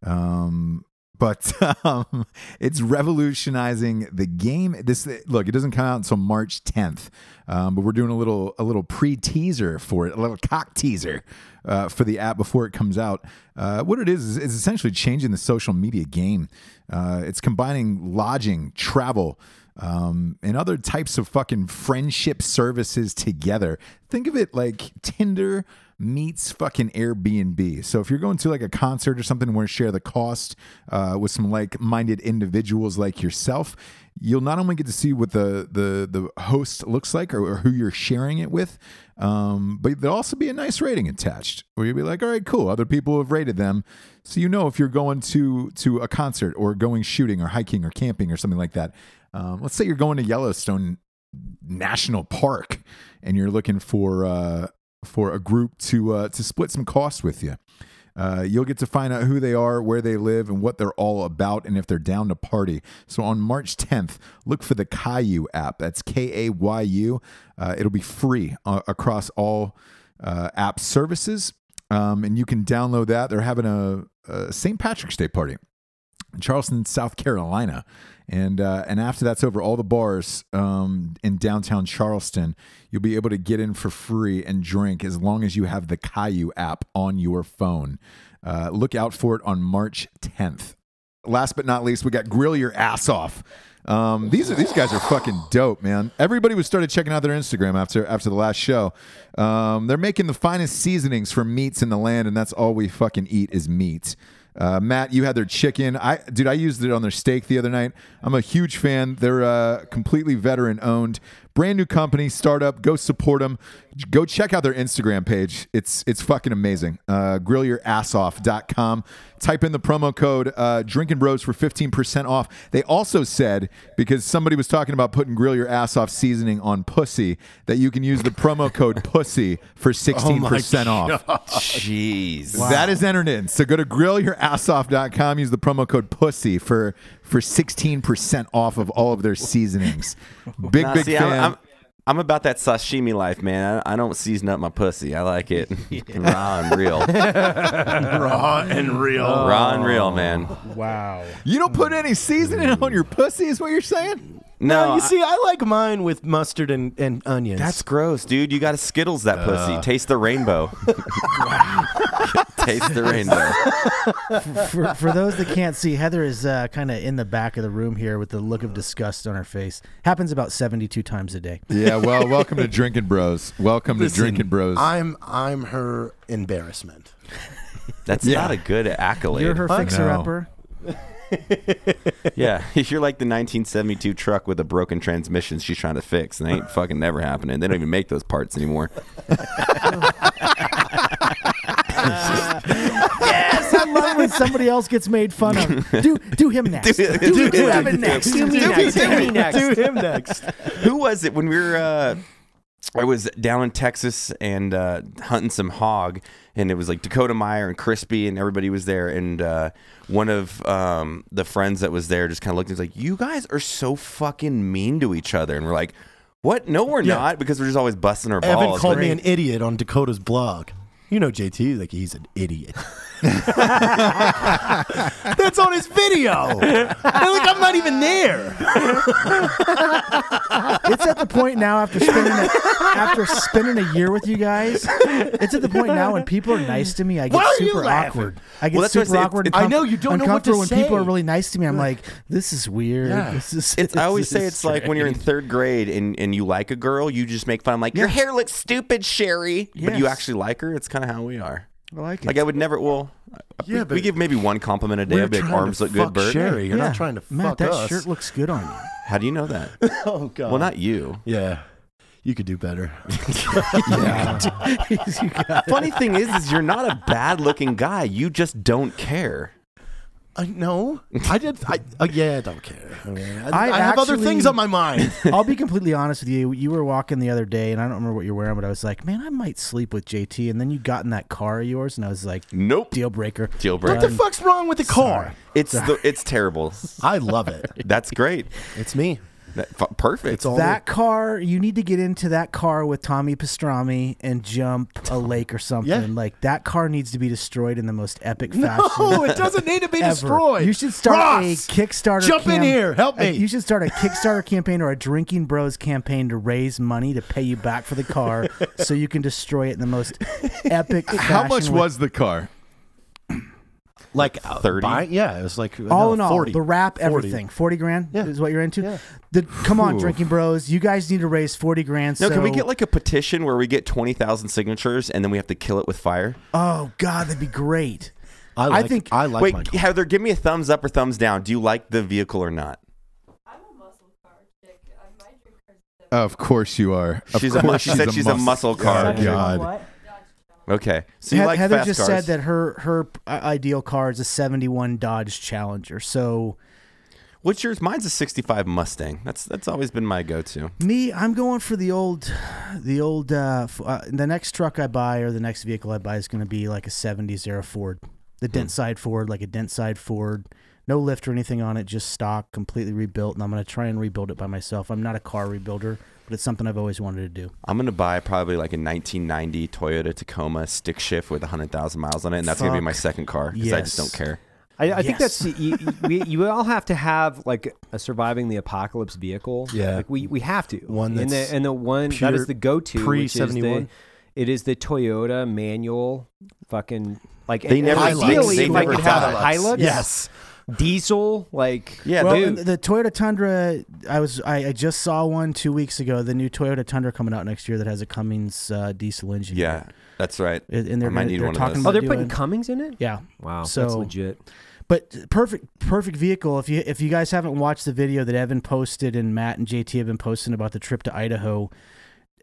Speaker 5: Um, but um, it's revolutionizing the game. This look, it doesn't come out until March 10th, um, but we're doing a little a little pre teaser for it, a little cock teaser uh, for the app before it comes out. Uh, what it is is it's essentially changing the social media game. Uh, it's combining lodging, travel. Um, and other types of fucking friendship services together. Think of it like Tinder meets fucking Airbnb. So if you're going to like a concert or something, want to share the cost uh, with some like-minded individuals like yourself, you'll not only get to see what the the the host looks like or, or who you're sharing it with, um, but there'll also be a nice rating attached where you'll be like, all right, cool, other people have rated them, so you know if you're going to to a concert or going shooting or hiking or camping or something like that. Um, let's say you're going to Yellowstone National Park and you're looking for uh, for a group to uh, to split some costs with you. Uh, you'll get to find out who they are, where they live, and what they're all about, and if they're down to party. So on March 10th, look for the Caillou app. That's K A Y U. Uh, it'll be free uh, across all uh, app services, um, and you can download that. They're having a, a St. Patrick's Day party in Charleston, South Carolina. And uh, and after that's over, all the bars um, in downtown Charleston, you'll be able to get in for free and drink as long as you have the Caillou app on your phone. Uh, look out for it on March 10th. Last but not least, we got grill your ass off. Um, these are these guys are fucking dope, man. Everybody was started checking out their Instagram after after the last show. Um, they're making the finest seasonings for meats in the land, and that's all we fucking eat is meat. Uh, Matt, you had their chicken. I dude, I used it on their steak the other night. I'm a huge fan. They're uh, completely veteran owned, brand new company, startup. Go support them. Go check out their Instagram page. It's it's fucking amazing. Uh, grillyourassoff.com. Type in the promo code uh, Drinking Bros for 15% off. They also said because somebody was talking about putting grill your ass off seasoning on pussy that you can use the promo code pussy for 16% off.
Speaker 6: Jeez.
Speaker 5: That is entered in. So go to grillyourassoff.com, use the promo code pussy for for 16% off of all of their seasonings. Big,
Speaker 6: Nah,
Speaker 5: big
Speaker 6: see,
Speaker 5: fan.
Speaker 6: I'm, I'm, I'm about that sashimi life, man. I, I don't season up my pussy. I like it raw and real,
Speaker 2: Raw and real. Oh.
Speaker 6: raw and real, man.
Speaker 4: Wow.
Speaker 5: you don't put any seasoning on your pussy, is what you're saying?
Speaker 6: No,
Speaker 2: you
Speaker 6: I-
Speaker 2: see, I like mine with mustard and, and onions.
Speaker 6: that's gross, dude. You got to skittles that pussy.
Speaker 2: Uh.
Speaker 6: Taste the rainbow. Taste the rainbow.
Speaker 4: for, for those that can't see, Heather is uh, kind of in the back of the room here with the look of disgust on her face. Happens about 72 times a day.
Speaker 5: Yeah, well, welcome to Drinking Bros. Welcome to Drinking Bros.
Speaker 2: I'm I'm her embarrassment.
Speaker 6: That's not a good accolade.
Speaker 4: You're her fixer upper.
Speaker 6: yeah, you're like the 1972 truck with a broken transmission she's trying to fix, and they ain't fucking never happening. They don't even make those parts anymore.
Speaker 4: I love when somebody else gets made fun of. Do do him next. Do, do, Evan next.
Speaker 7: Do me next. Do me next.
Speaker 2: Do him next.
Speaker 6: Who was it when we were? Uh, I was down in Texas and uh, hunting some hog, and it was like Dakota Meyer and Crispy, and everybody was there. And uh, one of um, the friends that was there just kind of looked and was like, "You guys are so fucking mean to each other," and we're like. What? No, we're not because we're just always busting our
Speaker 2: Evan
Speaker 6: balls.
Speaker 2: called
Speaker 6: but-
Speaker 2: me an idiot on Dakota's blog. You know JT, like he's an idiot. That's on his video. And, like I'm not even there.
Speaker 4: It's at the point now after spending a, after spending a year with you guys. It's at the point now when people are nice to me, I get
Speaker 2: Why are you
Speaker 4: super
Speaker 2: laughing?
Speaker 4: awkward. I get
Speaker 6: Well, that's what I
Speaker 4: super
Speaker 6: said.
Speaker 4: awkward. and
Speaker 2: It's- I know, you don't know what to
Speaker 4: uncomfortable when people
Speaker 2: say.
Speaker 4: are really nice to me. I'm like, this is weird. This is.
Speaker 6: It's, I always
Speaker 4: this
Speaker 6: say
Speaker 4: is
Speaker 6: it's like when you're in third grade and, and you like a girl, you just make fun. like, your hair looks stupid, Sherry. But you
Speaker 4: Yes.
Speaker 6: actually like her. It's kind of how we are.
Speaker 4: strange. I like it.
Speaker 6: Like, I would never, well, uh,
Speaker 2: Yeah,
Speaker 6: we, we
Speaker 2: but
Speaker 6: give maybe one compliment a day.
Speaker 2: We're
Speaker 6: I'd be like,
Speaker 2: trying to
Speaker 6: arms look
Speaker 2: fuck
Speaker 6: good, Bert.
Speaker 2: Sherry, you're
Speaker 4: Yeah.
Speaker 2: not trying to
Speaker 4: Matt,
Speaker 2: fuck
Speaker 4: that
Speaker 2: us.
Speaker 4: shirt looks good on you.
Speaker 6: How do you know that?
Speaker 2: oh god.
Speaker 6: well, not you.
Speaker 2: Yeah. You could do better.
Speaker 6: Funny thing is, is you're not a bad looking guy. You just don't care.
Speaker 2: I no. I did. I uh, yeah. I don't care. I, mean, I,
Speaker 4: I
Speaker 2: I have other
Speaker 4: actually-
Speaker 2: things on my mind.
Speaker 4: I'll be completely honest with you. You were walking the other day, and I don't remember what you're wearing, but I was like, man, I might sleep with JT. And then you got in that car of yours, and I was like,
Speaker 6: Nope.
Speaker 4: deal breaker.
Speaker 6: Deal
Speaker 2: What the
Speaker 6: breaker.
Speaker 2: fuck's wrong with the car?
Speaker 6: It's the, it's terrible.
Speaker 2: I love it.
Speaker 6: That's great.
Speaker 2: It's me.
Speaker 6: That- fu- Perfect.
Speaker 2: It's all
Speaker 4: That car, you need to get into that car with Tommy Pastrami and jump a lake or something.
Speaker 2: Yeah.
Speaker 4: Like that car needs to be destroyed in the most epic fashion.
Speaker 2: No, it doesn't need to be
Speaker 4: ever.
Speaker 2: destroyed.
Speaker 4: You should start
Speaker 2: Ross,
Speaker 4: a Kickstarter.
Speaker 2: Jump in
Speaker 4: cam-
Speaker 2: here, help
Speaker 4: a-
Speaker 2: me.
Speaker 4: you should start a Kickstarter campaign or a Drinking Bros campaign to raise money to pay you back for the car, so you can destroy it in the most epic.
Speaker 5: How
Speaker 4: fashion
Speaker 5: much
Speaker 4: with-
Speaker 5: was the car?
Speaker 2: like uh,
Speaker 6: 30?
Speaker 2: buy- yeah, it was like uh,
Speaker 4: all
Speaker 2: no,
Speaker 4: in all
Speaker 2: 40.
Speaker 4: the wrap
Speaker 2: 40.
Speaker 4: everything forty grand
Speaker 2: Yeah.
Speaker 4: is what you're into.
Speaker 2: Yeah.
Speaker 4: The come on,
Speaker 5: Whew.
Speaker 4: Drinking Bros, you guys need to raise forty grand.
Speaker 6: No,
Speaker 4: so,
Speaker 6: can we get like a petition where we get 20,000 signatures and then we have to kill it with fire?
Speaker 4: Oh God, that'd be great.
Speaker 2: I,
Speaker 4: I
Speaker 2: like,
Speaker 4: think-
Speaker 2: I like
Speaker 6: Wait,
Speaker 2: my car.
Speaker 6: Heather, give me a thumbs up or thumbs down. Do you like the vehicle or not?
Speaker 8: I'm a muscle car chick. Uh, my drink car's
Speaker 5: Of course you are. Of
Speaker 6: She's a mu-
Speaker 5: course
Speaker 6: she said she's a muscle car.
Speaker 5: Oh, God.
Speaker 9: What?
Speaker 6: Okay. So you
Speaker 4: He-
Speaker 6: like
Speaker 4: Heather
Speaker 6: fast
Speaker 4: just
Speaker 6: cars.
Speaker 4: said that her her uh, ideal car is a '71 Dodge Challenger. So
Speaker 6: What's yours? Mine's a 65 Mustang. That's that's always been my go-to.
Speaker 4: me, I'm going for the old, the old. Uh, f- uh, the next truck I buy or the next vehicle I buy is going to be like a '70s era Ford, the
Speaker 6: Hmm.
Speaker 4: dent side Ford, like a dent side Ford, no lift or anything on it, just stock, completely rebuilt. And I'm going to try and rebuild it by myself. I'm not a car rebuilder, but it's something I've always wanted to do.
Speaker 6: I'm going to buy probably like a 1990 Toyota Tacoma stick shift with 100,000 miles on it, and that's going to be
Speaker 4: Fuck.
Speaker 6: my second car because I just
Speaker 4: Yes.
Speaker 6: don't care.
Speaker 7: I, I
Speaker 4: Yes.
Speaker 7: think that's the- you, you- we, you all have to have like a surviving the apocalypse vehicle.
Speaker 2: Yeah.
Speaker 7: like we, we have to
Speaker 2: One
Speaker 7: and
Speaker 2: that's
Speaker 7: the, and the one that
Speaker 2: pure
Speaker 7: is the go to
Speaker 2: pre-
Speaker 7: which is the-
Speaker 2: 71?
Speaker 7: It is the Toyota manual fucking like
Speaker 6: They
Speaker 7: and
Speaker 6: never-
Speaker 7: ideally
Speaker 6: they
Speaker 7: if I
Speaker 6: never
Speaker 7: could have a
Speaker 6: die.
Speaker 7: Hilux,
Speaker 2: Yes.
Speaker 7: diesel like
Speaker 6: Yeah,
Speaker 4: well,
Speaker 6: dude.
Speaker 4: and the Toyota Tundra, I was I, I just saw one two weeks ago. The new Toyota Tundra coming out next year that has a Cummins uh, diesel engine. in it.
Speaker 6: Yeah, that's right.
Speaker 4: and and
Speaker 6: I
Speaker 4: they're,
Speaker 6: might
Speaker 4: gonna,
Speaker 6: need
Speaker 4: they're
Speaker 6: one of
Speaker 4: talking
Speaker 6: those.
Speaker 4: about
Speaker 7: Oh, they're
Speaker 4: doing,
Speaker 7: putting Cummings in it.
Speaker 4: yeah
Speaker 7: Wow, that's
Speaker 4: So-
Speaker 7: legit.
Speaker 4: but perfect perfect vehicle if you if you guys haven't watched the video that Evan posted and Matt and JT have been posting about the trip to Idaho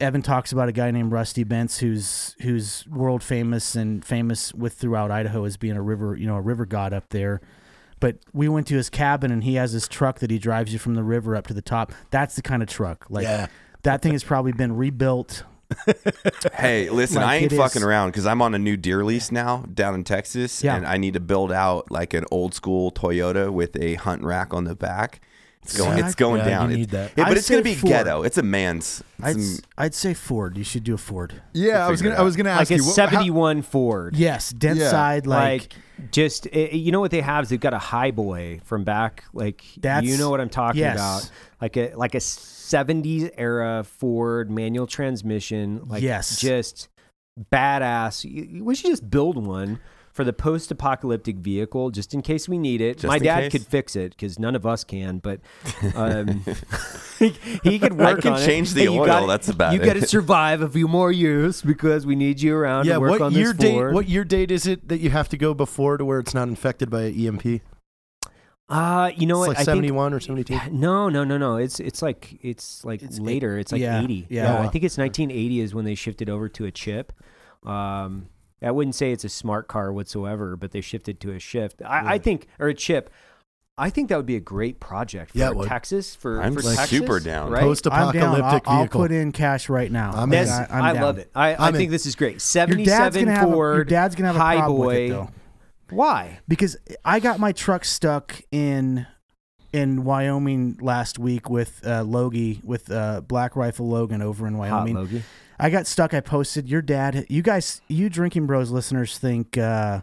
Speaker 4: Evan talks about a guy named Rusty Bentz who's who's world famous and famous with throughout Idaho as being a river you know a river god up there but we went to his cabin and he has this truck that he drives you from the river up to the top that's the kind of truck like
Speaker 2: Yeah.
Speaker 4: that thing has probably been rebuilt
Speaker 6: Hey, listen,
Speaker 4: Like,
Speaker 6: I ain't
Speaker 4: it is-
Speaker 6: fucking around because I'm on a new deer lease now down in Texas,
Speaker 4: Yeah.
Speaker 6: and I need to build out like an old school Toyota with a hunt rack on the back. It's going,
Speaker 4: Yeah,
Speaker 6: it's going
Speaker 2: yeah, you
Speaker 6: down. It's-
Speaker 2: need that.
Speaker 6: yeah,
Speaker 4: I'd
Speaker 6: but it's gonna
Speaker 4: say
Speaker 6: be
Speaker 4: Ford.
Speaker 6: ghetto. It's a man's.
Speaker 4: I'd,
Speaker 6: It's,
Speaker 4: I'd say Ford you should do a Ford
Speaker 5: Yeah, I was
Speaker 6: figure
Speaker 5: gonna.
Speaker 6: it
Speaker 5: I was gonna ask
Speaker 7: Like a
Speaker 5: you. what- how-
Speaker 7: '71 Ford.
Speaker 4: yes dense
Speaker 5: Yeah.
Speaker 4: side
Speaker 7: like,
Speaker 4: like
Speaker 7: just i i- you know what they have is they've got a high boy from back like
Speaker 4: That's-
Speaker 7: you know what I'm talking
Speaker 4: yes.
Speaker 7: about like a like a 70s era Ford manual transmission like
Speaker 4: Yes.
Speaker 7: just badass You- you- we should just build one for the post-apocalyptic vehicle just in case we need it
Speaker 6: Just
Speaker 7: my
Speaker 6: in
Speaker 7: dad
Speaker 6: case.
Speaker 7: could fix it because none of us can but um, he, he could
Speaker 6: I
Speaker 7: work
Speaker 6: can
Speaker 7: on it.
Speaker 6: change the
Speaker 7: Hey, you
Speaker 6: oil,
Speaker 7: gotta-
Speaker 6: that's about
Speaker 7: you
Speaker 6: it.
Speaker 7: gotta survive a few more years because we need you around
Speaker 2: Yeah,
Speaker 7: to work
Speaker 2: what
Speaker 7: on
Speaker 2: year
Speaker 7: this
Speaker 2: date?
Speaker 7: Ford.
Speaker 2: What year date is it that you have to go before to where it's not infected by E EMP?
Speaker 7: uh you know
Speaker 2: it's
Speaker 7: what
Speaker 2: like
Speaker 7: I think
Speaker 2: seventy-one or seventy-two.
Speaker 7: No, no, no, no. It's it's like it's like
Speaker 4: It's eight-
Speaker 7: later. it's like
Speaker 4: yeah,
Speaker 7: eighty.
Speaker 4: yeah.
Speaker 7: I think it's nineteen eighty is when they shifted over to a chip. Um, I wouldn't say it's a smart car whatsoever, but they shifted to a shift. I, I think or a chip. I think that would be a great project for
Speaker 2: Yeah, it would.
Speaker 7: Texas for,
Speaker 6: I'm
Speaker 7: for
Speaker 6: like
Speaker 7: Texas,
Speaker 6: super down.
Speaker 7: Right?
Speaker 4: I'm down. I'll-
Speaker 2: Post-apocalyptic
Speaker 4: I'll,
Speaker 2: vehicle.
Speaker 4: put in cash right now.
Speaker 2: I'm
Speaker 7: That's,
Speaker 2: in.
Speaker 7: I love it. I, I
Speaker 2: I'm
Speaker 7: think
Speaker 2: in.
Speaker 7: this is great.
Speaker 4: Your dad's
Speaker 7: Seventy-seven
Speaker 4: gonna have a,
Speaker 7: Ford.
Speaker 4: your dad's gonna have a
Speaker 7: high
Speaker 4: problem
Speaker 7: boy.
Speaker 4: with it though,
Speaker 7: Why?
Speaker 4: because I got my truck stuck in in Wyoming last week with uh, Logie with uh, Black Rifle Logan over in
Speaker 7: Hot
Speaker 4: Wyoming.
Speaker 7: Logie.
Speaker 4: I got stuck. I posted your dad. You guys, you drinking bros listeners think uh,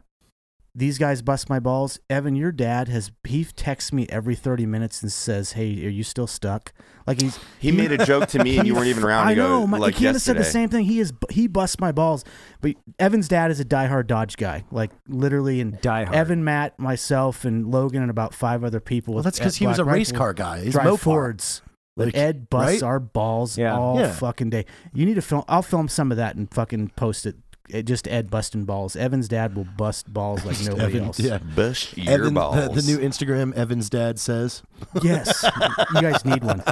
Speaker 4: these guys bust my balls. Evan, your dad has he texts me every thirty minutes and says, "Hey, are you still stuck?" Like he's
Speaker 6: he made a joke to me, and you weren't even around.
Speaker 4: I
Speaker 6: to go,
Speaker 4: know. My,
Speaker 6: like
Speaker 4: Candace said the
Speaker 6: yesterday.
Speaker 4: same thing. He is he busts my balls. But Evan's dad is a diehard Dodge guy, like literally. And
Speaker 7: Diehard.
Speaker 4: Evan, Matt, myself, and Logan, and about five other people.
Speaker 2: Well, that's
Speaker 4: at
Speaker 2: because he was a
Speaker 4: Black
Speaker 2: race
Speaker 4: Rifle
Speaker 2: car guy. He's
Speaker 4: drive
Speaker 2: Mopar.
Speaker 4: Fords. But
Speaker 2: Like,
Speaker 4: Ed busts
Speaker 2: right?
Speaker 4: our balls
Speaker 7: Yeah.
Speaker 4: all
Speaker 2: Yeah.
Speaker 4: fucking day. You need to film. I'll film some of that and fucking post it. It- just Ed busting balls. Evan's dad will bust balls like nobody
Speaker 2: Evan,
Speaker 4: else.
Speaker 2: yeah.
Speaker 6: Bush your
Speaker 2: Evan,
Speaker 6: balls.
Speaker 2: the, the new Instagram Evan's dad says.
Speaker 4: Yes, you guys need one.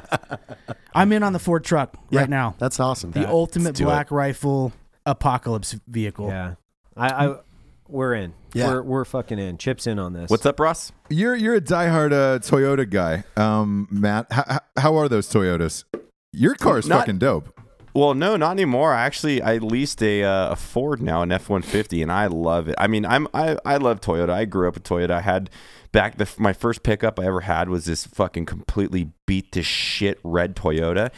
Speaker 4: I'm in on the Ford truck
Speaker 2: Yeah,
Speaker 4: right now.
Speaker 2: That's awesome.
Speaker 4: the
Speaker 2: That-
Speaker 4: ultimate
Speaker 6: do
Speaker 4: black rifle apocalypse vehicle.
Speaker 7: Yeah. I, I we're in.
Speaker 2: Yeah.
Speaker 7: We're we're fucking in. Chips in on this.
Speaker 6: What's up, Ross?
Speaker 5: You're you're a diehard uh, Toyota guy, um, Matt. How, how are those Toyotas? Your car is
Speaker 6: Not-
Speaker 5: fucking dope.
Speaker 6: Well, no, not anymore. I actually I leased a, uh, a Ford now, an F one fifty, and I love it. I mean, I'm I, I love Toyota. I grew up with Toyota. I had back the my first pickup I ever had was this fucking completely beat to shit red Toyota,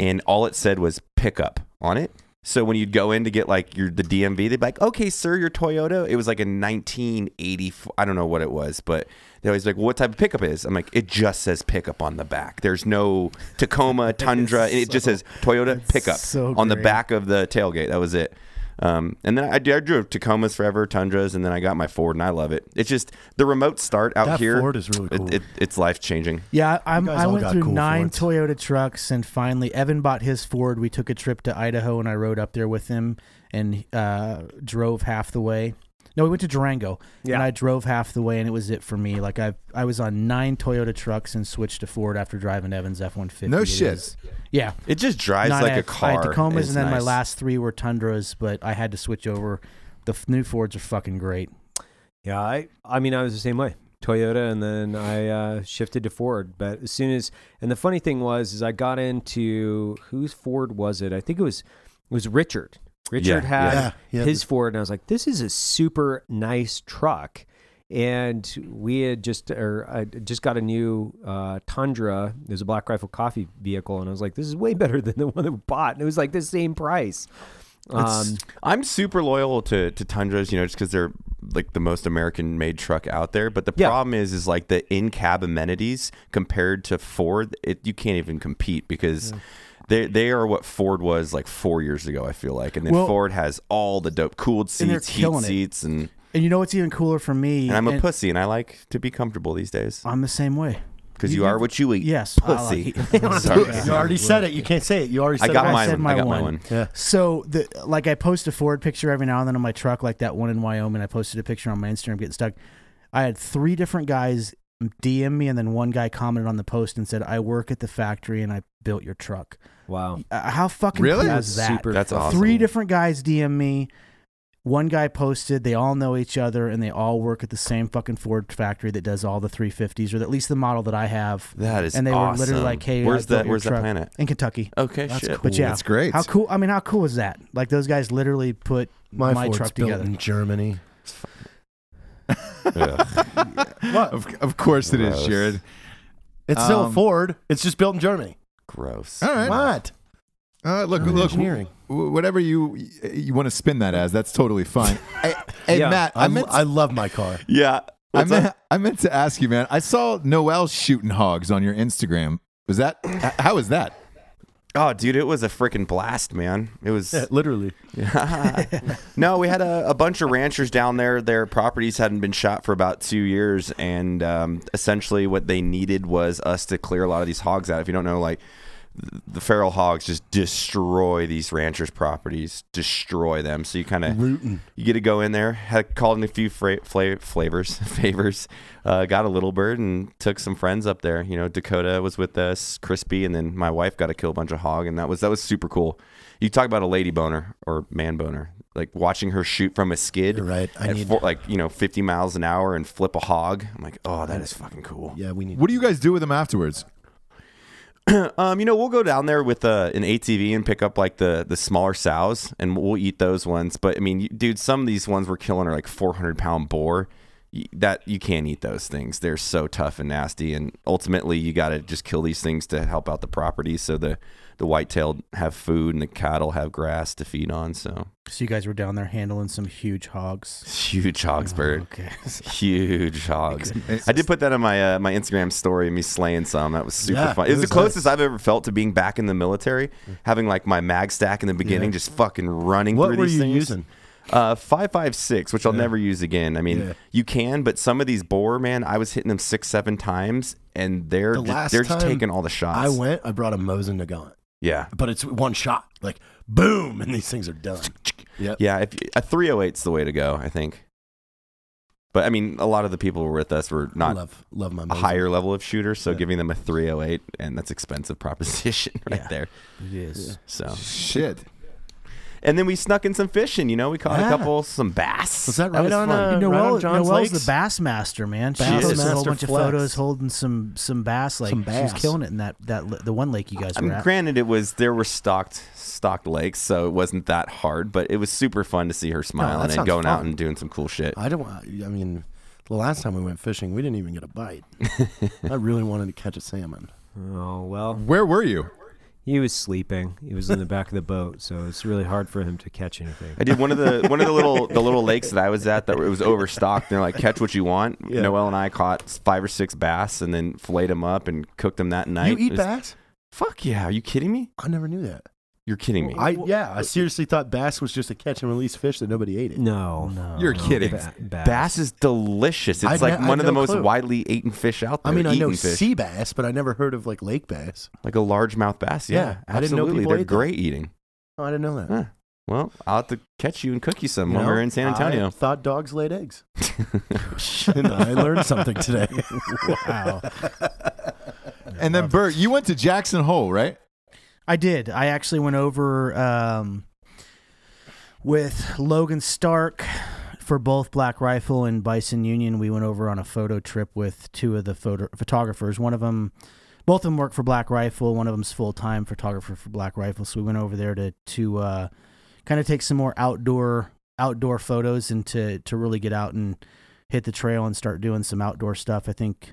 Speaker 6: and all it said was pickup on it. So when you'd go in to get like your the DMV, they'd be like, "Okay, sir, your Toyota." It was like a 1980, I don't know what it was, but they always like, "What type of pickup is?" I'm like, "It just says pickup on the back. There's no Tacoma, Tundra. it just says Toyota pickup
Speaker 4: so
Speaker 6: on the
Speaker 4: great.
Speaker 6: back of the tailgate." That was it. Um, and then I, I drove Tacomas forever, Tundras, and then I got my Ford, and I love it. It's just the remote start out
Speaker 2: That
Speaker 6: here.
Speaker 2: Ford is really
Speaker 6: it-
Speaker 2: cool.
Speaker 6: it- it's life changing.
Speaker 4: Yeah, I'm,
Speaker 2: You guys
Speaker 4: I
Speaker 2: all
Speaker 4: went
Speaker 2: got
Speaker 4: through
Speaker 2: cool
Speaker 4: nine
Speaker 2: Fords.
Speaker 4: Toyota trucks, and finally, Evan bought his Ford. We took a trip to Idaho, and I rode up there with him and uh, drove half the way. No, we went to Durango,
Speaker 7: Yeah.
Speaker 4: and I drove half the way, and it was it for me. Like I, I was on nine Toyota trucks and switched to Ford after driving Evan's F-150.
Speaker 5: No
Speaker 4: It
Speaker 5: shit.
Speaker 4: was- yeah,
Speaker 6: It just drives
Speaker 4: Nine-
Speaker 6: like
Speaker 4: I
Speaker 6: a
Speaker 4: had- I
Speaker 6: car.
Speaker 4: had Tacomas,
Speaker 6: It's
Speaker 4: and then my
Speaker 6: nice.
Speaker 4: last three were Tundras, but I had to switch over. The f- new Fords are fucking great.
Speaker 7: Yeah, I I mean I was the same way. Toyota and then I uh, shifted to Ford, but as soon as and the funny thing was is I got into whose Ford was it? I think it was it was Richard. Richard
Speaker 6: Yeah,
Speaker 7: had
Speaker 2: yeah. Yeah, yeah.
Speaker 7: his Ford and I was like this is a super nice truck. And we had just or I just got a new uh, Tundra. It was a Black Rifle coffee vehicle and I was like this is way better than the one that we bought and it was like the same price.
Speaker 6: It's- Um, I'm super loyal to to Tundras, you know, just because they're like the most American made truck out there. But the
Speaker 7: Yeah.
Speaker 6: problem is, is like the in cab amenities compared to Ford, it, you can't even compete because. They, they are what Ford was like four years ago. I feel like, and then
Speaker 4: Well-
Speaker 6: Ford has all the dope cooled
Speaker 4: And they're
Speaker 6: seats, heat
Speaker 4: killing it.
Speaker 6: seats, and,
Speaker 4: And you know what's even cooler for me?
Speaker 6: and I'm a
Speaker 4: And
Speaker 6: pussy, and I like to be comfortable these days
Speaker 4: I'm the same way.
Speaker 6: because you, are what you eat.
Speaker 4: Yes, I
Speaker 6: pussy.
Speaker 4: like-
Speaker 6: Sorry.
Speaker 2: You already said it. You can't say it. You already
Speaker 6: I
Speaker 2: said
Speaker 6: got
Speaker 2: it.
Speaker 4: I
Speaker 6: mine.
Speaker 4: said my
Speaker 6: I got my
Speaker 4: one.
Speaker 6: one.
Speaker 2: Yeah.
Speaker 4: So the like I post a Ford picture every now and then on my truck, like that one in Wyoming. I posted a picture on my Instagram getting stuck. I had three different guys DM me, and then one guy commented on the post and said, "I work at the factory and I built your truck."
Speaker 7: Wow.
Speaker 4: Uh, how fucking
Speaker 5: Really?
Speaker 4: cool
Speaker 7: That's
Speaker 4: is that?
Speaker 7: super
Speaker 6: That's
Speaker 7: fucking
Speaker 6: awesome.
Speaker 4: Three different guys DM me. One guy posted, they all know each other and they all work at the same fucking Ford factory that does all the 350s or at least the model that I have
Speaker 6: That is
Speaker 4: And they were
Speaker 6: awesome.
Speaker 4: literally like, hey, I
Speaker 6: where's
Speaker 4: built
Speaker 6: that?
Speaker 4: your
Speaker 6: Where's that
Speaker 4: truck.
Speaker 6: planet?
Speaker 4: in Kentucky.
Speaker 6: Okay, shit.
Speaker 4: But yeah,
Speaker 5: That's great.
Speaker 4: How cool! I mean, how cool is that? Like those guys literally put my,
Speaker 2: My, Ford's
Speaker 4: truck
Speaker 2: built
Speaker 4: together.
Speaker 2: in Germany.
Speaker 6: Ugh.
Speaker 5: Of, of course it is,
Speaker 6: Gross.
Speaker 5: Jared.
Speaker 2: It's still a
Speaker 5: Um,
Speaker 2: Ford. It's just built in Germany.
Speaker 6: Gross.
Speaker 5: All right.
Speaker 2: What?
Speaker 5: Uh, look,
Speaker 2: German
Speaker 5: look,
Speaker 2: engineering.
Speaker 5: w- whatever you you want to spin that as, that's totally fine. hey, hey,
Speaker 7: Yeah.
Speaker 5: Matt,
Speaker 2: I,
Speaker 5: I
Speaker 2: lo-
Speaker 5: meant
Speaker 2: I love my car.
Speaker 6: Yeah.
Speaker 5: I
Speaker 6: What's up?
Speaker 5: meant, I meant to ask you, man. I saw Noel shooting hogs on your Instagram. Was that h- how was that?
Speaker 6: Oh, dude, it was a freaking blast, man. It was.
Speaker 2: literally.
Speaker 6: no, we had a, a bunch of ranchers down there. Their properties hadn't been shot for about two years. And um, essentially, what they needed was us to clear a lot of these hogs out. If you don't know, like, th- the feral hogs just destroy these ranchers' properties, destroy them. So you kind of
Speaker 2: Rootin'.
Speaker 6: you get to go in there. Had called in a few fra- fla- flavors, favors. Uh, got a little bird and took some friends up there. You know, Dakota was with us, Crispy, and then my wife got to kill a bunch of hog, and that was that was super cool. You talk about a lady boner or man boner, like watching her shoot from a skid,
Speaker 2: You're right. I
Speaker 6: at
Speaker 2: need-
Speaker 6: four- like you know, 50 miles an hour and flip a hog. I'm like, oh, that is fucking cool.
Speaker 2: Yeah, we need.
Speaker 5: What do you guys do with them afterwards?
Speaker 6: Um, you know, we'll go down there with uh, an ATV and pick up like the the smaller sows, and we'll eat those ones. But I mean, you- dude, some of these ones we're killing are like 400 pound boar. Y- That you can't eat those things. They're so tough and nasty. And ultimately, you got to just kill these things to help out the property, so the the whitetail have food and the cattle have grass to feed on. So
Speaker 4: So you guys were down there handling some huge hogs.
Speaker 6: huge hogs, bird.
Speaker 4: Okay.
Speaker 6: Huge hogs. I did put that on my uh, my Instagram story, me slaying some. That was super
Speaker 2: Yeah,
Speaker 6: fun. It
Speaker 2: it
Speaker 6: was,
Speaker 2: was
Speaker 6: the closest I've ever felt to being back in the military, having like my mag stack in the beginning, just fucking running
Speaker 2: What
Speaker 6: through
Speaker 2: were
Speaker 6: these
Speaker 2: you
Speaker 6: things.
Speaker 2: using?
Speaker 6: Uh, five five six, which I'll never use again. I mean,
Speaker 2: Yeah.
Speaker 6: you can, but some of these bore man, I was hitting them six seven times, and they're
Speaker 2: The
Speaker 6: ju-
Speaker 2: last
Speaker 6: they're just
Speaker 2: time
Speaker 6: taking all the shots.
Speaker 2: I went. I brought a Mosin Nagant,
Speaker 6: Yeah.
Speaker 2: but it's one shot. Like boom, and these things are done. Yep.
Speaker 6: Yeah, if a 308's the way to go, I think. But I mean, a lot of the people who were with us were not
Speaker 2: love love my
Speaker 6: a
Speaker 2: Mosin.
Speaker 6: higher level of shooter, so
Speaker 2: Yeah.
Speaker 6: giving them a 308 and that's expensive proposition right there.
Speaker 4: It is.
Speaker 6: So
Speaker 5: Shit.
Speaker 6: and then we snuck in some fishing. You know, we caught a
Speaker 2: Yeah.
Speaker 6: couple some bass.
Speaker 2: Was that
Speaker 6: was
Speaker 2: right on,
Speaker 6: fun.
Speaker 2: uh, right
Speaker 4: Noel,
Speaker 2: on John's legs?
Speaker 4: Noel's the bass master, man. She
Speaker 2: Bass
Speaker 4: posted a whole
Speaker 2: master
Speaker 4: bunch of
Speaker 2: flex.
Speaker 4: photos holding some some bass. Like
Speaker 2: Some
Speaker 4: she was
Speaker 2: bass.
Speaker 4: killing it in that that li- the one lake you guys
Speaker 6: I
Speaker 4: were
Speaker 6: mean,
Speaker 4: at.
Speaker 6: granted, it was there were stocked stocked lakes, so it wasn't that hard, but it was super fun to see her smiling and
Speaker 2: sounds
Speaker 6: going out
Speaker 2: fun.
Speaker 6: and doing some cool shit.
Speaker 2: I don't. I mean, the last time we went fishing, we didn't even get a bite. I really wanted to catch a salmon.
Speaker 7: Oh well,
Speaker 5: Where were you?
Speaker 7: he was sleeping. He was in the back of the boat, so it's really hard for him to catch anything.
Speaker 6: I did one of the one of the little the little lakes that I was at that were- it was overstocked. They're like catch what you want. Noel and I caught five or six bass and then filleted them up and cooked them that night.
Speaker 2: you
Speaker 6: It
Speaker 2: eat
Speaker 6: was-
Speaker 2: bass?
Speaker 6: Fuck yeah! Are you kidding me?
Speaker 2: I never knew that.
Speaker 6: You're kidding me.
Speaker 2: I yeah. I seriously thought bass was just a catch and release fish that nobody ate it.
Speaker 7: No, no,
Speaker 5: You're
Speaker 7: no,
Speaker 5: kidding.
Speaker 7: ba- bass.
Speaker 6: bass is delicious. It's
Speaker 2: I'd
Speaker 6: like
Speaker 2: ne- I'd
Speaker 6: one of the
Speaker 2: no
Speaker 6: most
Speaker 2: clue.
Speaker 6: widely eaten fish out there.
Speaker 2: I mean, I know
Speaker 6: eaten fish.
Speaker 2: sea bass, but I never heard of like lake bass.
Speaker 6: like a largemouth bass. Yeah,
Speaker 2: Yeah, I didn't know
Speaker 6: absolutely.
Speaker 2: people
Speaker 6: They're
Speaker 2: ate them.
Speaker 6: great eating.
Speaker 2: Oh, I didn't know that.
Speaker 6: Huh. Well, I'll have to catch you and cook you some
Speaker 2: You
Speaker 6: when
Speaker 2: know,
Speaker 6: we're Mm, in San
Speaker 2: I
Speaker 6: Antonio.
Speaker 2: thought dogs laid eggs. and I learned something today.
Speaker 4: wow. Uh,
Speaker 5: And then Bert, you went to Jackson Hole, right?
Speaker 4: I did. I actually went over um, with Logan Stark for both Black Rifle and Bison Union. We went over on a photo trip with two of the photo- photographers. One of them, both of them work for Black Rifle. One of them's full time photographer for Black Rifle. So we went over there to to uh, kind of take some more outdoor outdoor photos and to to really get out and hit the trail and start doing some outdoor stuff. I think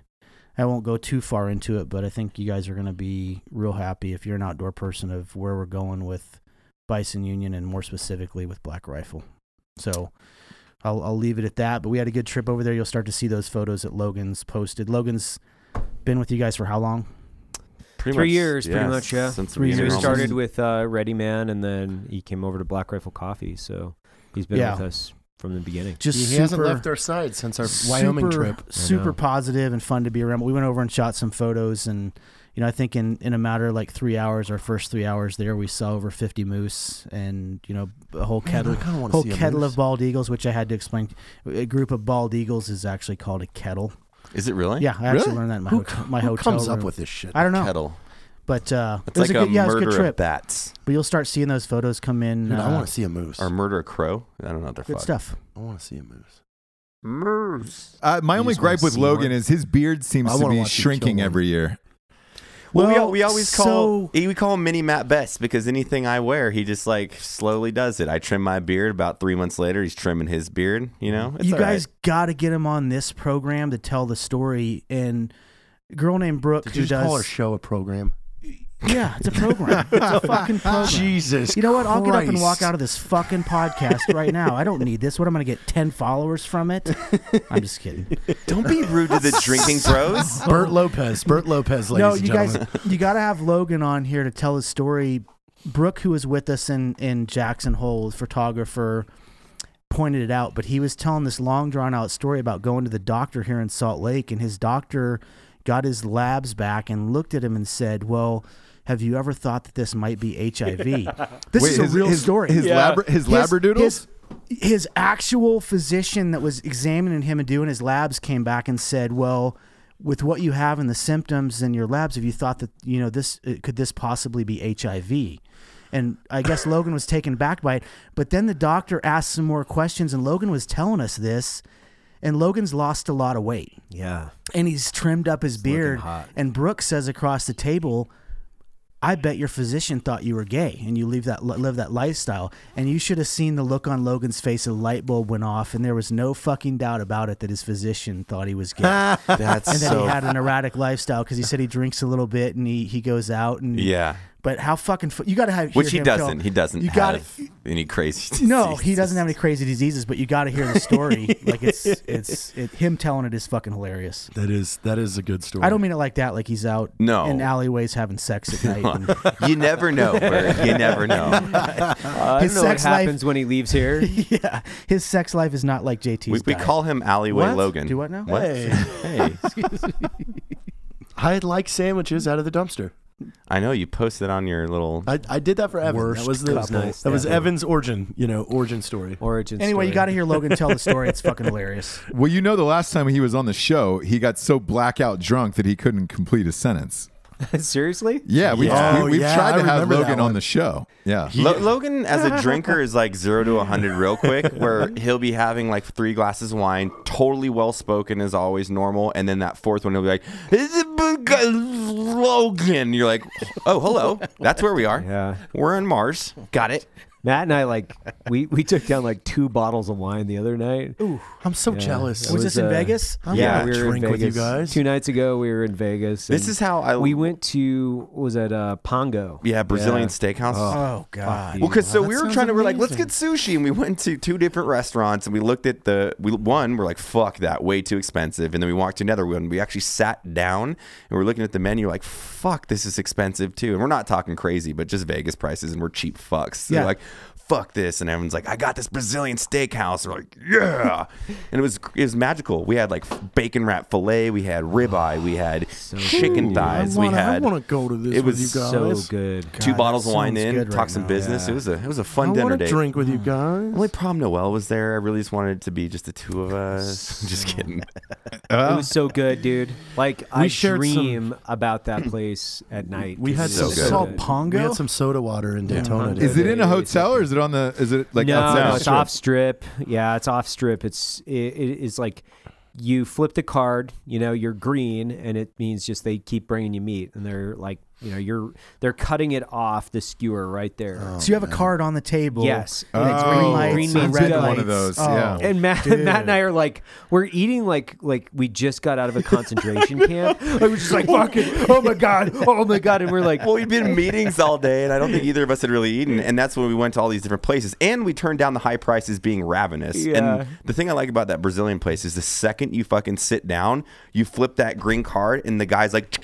Speaker 4: I won't go too far into it, but I think you guys are going to be real happy if you're an outdoor person of where we're going with Bison Union and more specifically with Black Rifle. So I'll, I'll leave it at that. But we had a good trip over there. You'll start to see those photos that Logan's posted. Logan's been with you guys for how long?
Speaker 6: Pretty
Speaker 7: Three
Speaker 6: much,
Speaker 7: years, pretty
Speaker 6: yeah,
Speaker 7: much, yeah.
Speaker 6: Since the
Speaker 4: Three
Speaker 6: beginning,
Speaker 7: So he
Speaker 4: years.
Speaker 6: almost.
Speaker 7: started with uh, Ready Man, and then he came over to Black Rifle Coffee. So he's been
Speaker 4: Yeah.
Speaker 7: with us from the beginning.
Speaker 4: Just
Speaker 2: he
Speaker 4: super,
Speaker 2: hasn't left our side since our
Speaker 4: super,
Speaker 2: Wyoming trip.
Speaker 7: know.
Speaker 4: Super positive and fun to be around. But we went over and shot some photos, and you know, I think in in a matter of like three hours, our first three hours there, we saw over fifty moose, and you know, a whole
Speaker 2: Man,
Speaker 4: kettle,
Speaker 2: I kinda wanna
Speaker 4: whole
Speaker 2: see a
Speaker 4: kettle
Speaker 2: moose.
Speaker 4: of bald eagles, which I had to explain. A group of bald eagles is actually called a kettle.
Speaker 6: Is it really?
Speaker 4: Yeah, I actually learned that in my,
Speaker 2: Who,
Speaker 4: hotel, my
Speaker 2: who
Speaker 4: hotel
Speaker 2: comes up
Speaker 4: room.
Speaker 2: with this shit?
Speaker 4: I don't know,
Speaker 6: Kettle.
Speaker 4: but uh,
Speaker 6: It's
Speaker 4: it was
Speaker 6: like a,
Speaker 4: a good, yeah, it was a
Speaker 6: murder
Speaker 4: good
Speaker 6: of
Speaker 4: trip.
Speaker 6: bats
Speaker 4: But you'll start seeing those photos come in.
Speaker 2: Dude,
Speaker 4: uh,
Speaker 2: I want to see a moose.
Speaker 6: or murder a crow. I don't know what they're
Speaker 4: good
Speaker 6: fuck.
Speaker 4: stuff.
Speaker 2: I want to see a moose.
Speaker 5: Uh, my
Speaker 2: You
Speaker 5: only
Speaker 2: just wanna
Speaker 5: gripe with
Speaker 2: see more?
Speaker 5: Logan is his beard seems
Speaker 2: I
Speaker 5: to
Speaker 2: wanna
Speaker 5: be
Speaker 2: watch you kill
Speaker 5: shrinking
Speaker 2: one.
Speaker 5: every year.
Speaker 6: Well, we, al-
Speaker 4: Well,
Speaker 6: we always call
Speaker 4: so-
Speaker 6: we call him Mini Matt Best because anything I wear, he just like slowly does it. I trim my beard about three months later. He's trimming his beard. You know, It's
Speaker 4: you
Speaker 6: all right.
Speaker 4: guys got to get him on this program to tell the story. And a girl named Brooke,
Speaker 2: Did
Speaker 4: who
Speaker 2: you just
Speaker 4: does
Speaker 2: call our show a program?
Speaker 4: yeah, it's a program. it's a fucking program.
Speaker 2: Jesus,
Speaker 4: You know what? I'll get up and walk
Speaker 2: Christ.
Speaker 4: out of this fucking podcast right now. I don't need this. What am I going to get? 10 followers from it? I'm just kidding.
Speaker 6: don't be rude to the drinking pros.
Speaker 2: Bert Lopez. Burt Lopez, ladies
Speaker 4: no,
Speaker 2: and
Speaker 4: you
Speaker 2: gentlemen.
Speaker 4: guys, you got to have Logan on here to tell his story. Brooke, who was with us in, in Jackson Hole, the photographer, pointed it out, but he was telling this long, drawn out story about going to the doctor here in Salt Lake, and his doctor got his labs back and looked at him and said, Well, have you ever thought that this might be HIV? This
Speaker 5: Wait,
Speaker 4: is a
Speaker 5: his-
Speaker 4: real
Speaker 5: his-
Speaker 4: story.
Speaker 5: His, labra- his, labradoodles.
Speaker 4: His, his actual physician that was examining him and doing his labs came back and said, "Well, with what you have and the symptoms in your labs, have you thought that you know this uh, could this possibly be HIV?" And I guess Logan was taken back by it. But then the doctor asked some more questions, and Logan was telling us this. And Logan's lost a lot of weight,
Speaker 7: Yeah,
Speaker 4: and he's trimmed up his beard.
Speaker 7: hot.
Speaker 4: And Brooke says across the table, I bet your physician thought you were gay and you live that live that lifestyle. And you should have seen the look on Logan's face. A light bulb went off, and there was no fucking doubt about it that his physician thought he was gay, and
Speaker 6: That's
Speaker 4: that
Speaker 6: so
Speaker 4: he had an erratic lifestyle because he said he drinks a little bit and he, he goes out and
Speaker 6: yeah.
Speaker 4: But how fucking fu- you got to have
Speaker 6: Which
Speaker 4: hear
Speaker 6: he
Speaker 4: him tell-
Speaker 6: doesn't. He doesn't
Speaker 4: You got
Speaker 6: have any crazy.
Speaker 4: no, he
Speaker 6: diseases.
Speaker 4: doesn't have any crazy diseases. But you got to hear the story. like it's it's it, him telling it is fucking hilarious.
Speaker 2: That is that is a good story.
Speaker 4: I don't mean it like that. Like he's out
Speaker 6: No.
Speaker 4: in alleyways having sex at night. And,
Speaker 6: you never know, Bert. You never know.
Speaker 7: Uh, I
Speaker 4: His
Speaker 7: don't know what
Speaker 4: sex life-
Speaker 7: happens when he leaves here.
Speaker 4: yeah, his sex life is not like JT's.
Speaker 6: We, we
Speaker 4: diet.
Speaker 6: call him Alleyway
Speaker 2: What?
Speaker 6: Logan.
Speaker 4: Do what now?
Speaker 6: What?
Speaker 2: Hey.
Speaker 6: hey.
Speaker 2: I like sandwiches out of the dumpster.
Speaker 6: I know you posted on your little.
Speaker 2: I, I did that for Evan. that was the,
Speaker 7: couple.
Speaker 2: that was
Speaker 7: Nice.
Speaker 2: Evan's origin, you know, origin story.
Speaker 7: Origin.
Speaker 4: Anyway, you
Speaker 7: story.
Speaker 4: got to hear Logan tell the story. It's fucking hilarious.
Speaker 5: well, you know, the last time he was on the show, he got so blackout drunk that he couldn't complete a sentence.
Speaker 7: Seriously?
Speaker 5: Yeah, we,
Speaker 2: Yeah.
Speaker 5: we we've
Speaker 2: Oh, yeah,
Speaker 5: tried
Speaker 2: I
Speaker 5: to have
Speaker 2: remember that
Speaker 5: Logan on
Speaker 2: one.
Speaker 5: the show. Yeah,
Speaker 6: Lo- Logan, as a drinker, is like zero to 100 real quick, where he'll be having like three glasses of wine, totally well spoken as always, normal. And then that fourth one, he'll be like, "Is it because Logan. You're like, oh, hello. That's where we are.
Speaker 7: Yeah.
Speaker 6: We're on Mars. Got it.
Speaker 7: Matt and I like we we took down like two bottles of wine the other night.
Speaker 2: I'm so jealous.
Speaker 7: It
Speaker 4: Was this in
Speaker 7: uh,
Speaker 4: Vegas?
Speaker 2: I
Speaker 6: Yeah,
Speaker 2: wanna drink with you guys.
Speaker 7: Two nights ago, we were in Vegas.
Speaker 6: This
Speaker 7: and
Speaker 6: is how I.
Speaker 7: we went to was at uh, Pongo.
Speaker 6: Yeah, Brazilian
Speaker 7: Yeah.
Speaker 6: steakhouse.
Speaker 4: Oh God.
Speaker 6: Well, because so
Speaker 2: Wow,
Speaker 6: we
Speaker 2: that
Speaker 6: were
Speaker 2: sounds
Speaker 6: trying to, we're like, let's
Speaker 2: amazing.
Speaker 6: get sushi, and we went to two different restaurants, and we looked at the we one, we're like, fuck that, way too expensive, and then we walked to another one, we actually sat down, and we're looking at the menu, like, fuck, this is expensive too, and we're not talking crazy, but just Vegas prices, and we're cheap fucks, so
Speaker 4: Yeah.
Speaker 6: like. Fuck this! And everyone's like, "I got this Brazilian steakhouse." We're like, "Yeah!" and it was it was magical. We had like bacon wrap fillet, we had ribeye, we had chicken
Speaker 7: good.
Speaker 6: thighs, we
Speaker 2: I
Speaker 6: had
Speaker 2: want to go to this
Speaker 6: it
Speaker 2: with
Speaker 6: was
Speaker 2: you guys.
Speaker 7: So good.
Speaker 6: two
Speaker 4: God,
Speaker 6: bottles
Speaker 4: that
Speaker 6: of wine
Speaker 4: sounds
Speaker 6: in,
Speaker 4: good
Speaker 6: talk
Speaker 4: right
Speaker 6: some
Speaker 4: now.
Speaker 6: business. It was a it was a fun
Speaker 2: I
Speaker 6: dinner
Speaker 2: want to
Speaker 6: date.
Speaker 2: drink with you guys.
Speaker 6: Only problem Noel was there. I really just wanted it to be just the two of us. just kidding.
Speaker 7: It was so good, dude. Like I
Speaker 2: shared some-
Speaker 7: dream about that place at night.
Speaker 2: we had
Speaker 7: It's
Speaker 2: some
Speaker 6: so
Speaker 4: It's
Speaker 6: good.
Speaker 4: called
Speaker 2: soda-
Speaker 4: Pongo.
Speaker 2: We had some soda water in Daytona.
Speaker 7: Pongo.
Speaker 2: today.
Speaker 5: is it in a hotel or is it on the? Is it like
Speaker 7: no,
Speaker 5: outside?
Speaker 7: no,
Speaker 5: the
Speaker 7: it's
Speaker 5: strip?
Speaker 7: off strip. Yeah, it's off strip. It's it, it is like you flip the card. You know, you're green, and it means just they keep bringing you meat, and they're like, you know, you're they're cutting it off the skewer right there.
Speaker 6: Oh,
Speaker 4: So you have a card on the table.
Speaker 7: Yes,
Speaker 5: Oh,
Speaker 7: and it's green lights,
Speaker 5: green
Speaker 7: green
Speaker 5: means
Speaker 7: means
Speaker 5: been
Speaker 7: red
Speaker 5: one of
Speaker 7: lights.
Speaker 5: those.
Speaker 4: Oh.
Speaker 5: Yeah.
Speaker 7: And Matt, Matt and I are like, we're eating like like we just got out of a concentration camp. I was just like, fucking, oh my god, oh my god, and we're like,
Speaker 6: well, we'd been in meetings all day, and I don't think either of us had really eaten. And that's when we went to all these different places. And we turned down the high prices being ravenous.
Speaker 7: Yeah.
Speaker 6: And the thing I like about that Brazilian place is the second you fucking sit down, you flip that green card, and the guy's like,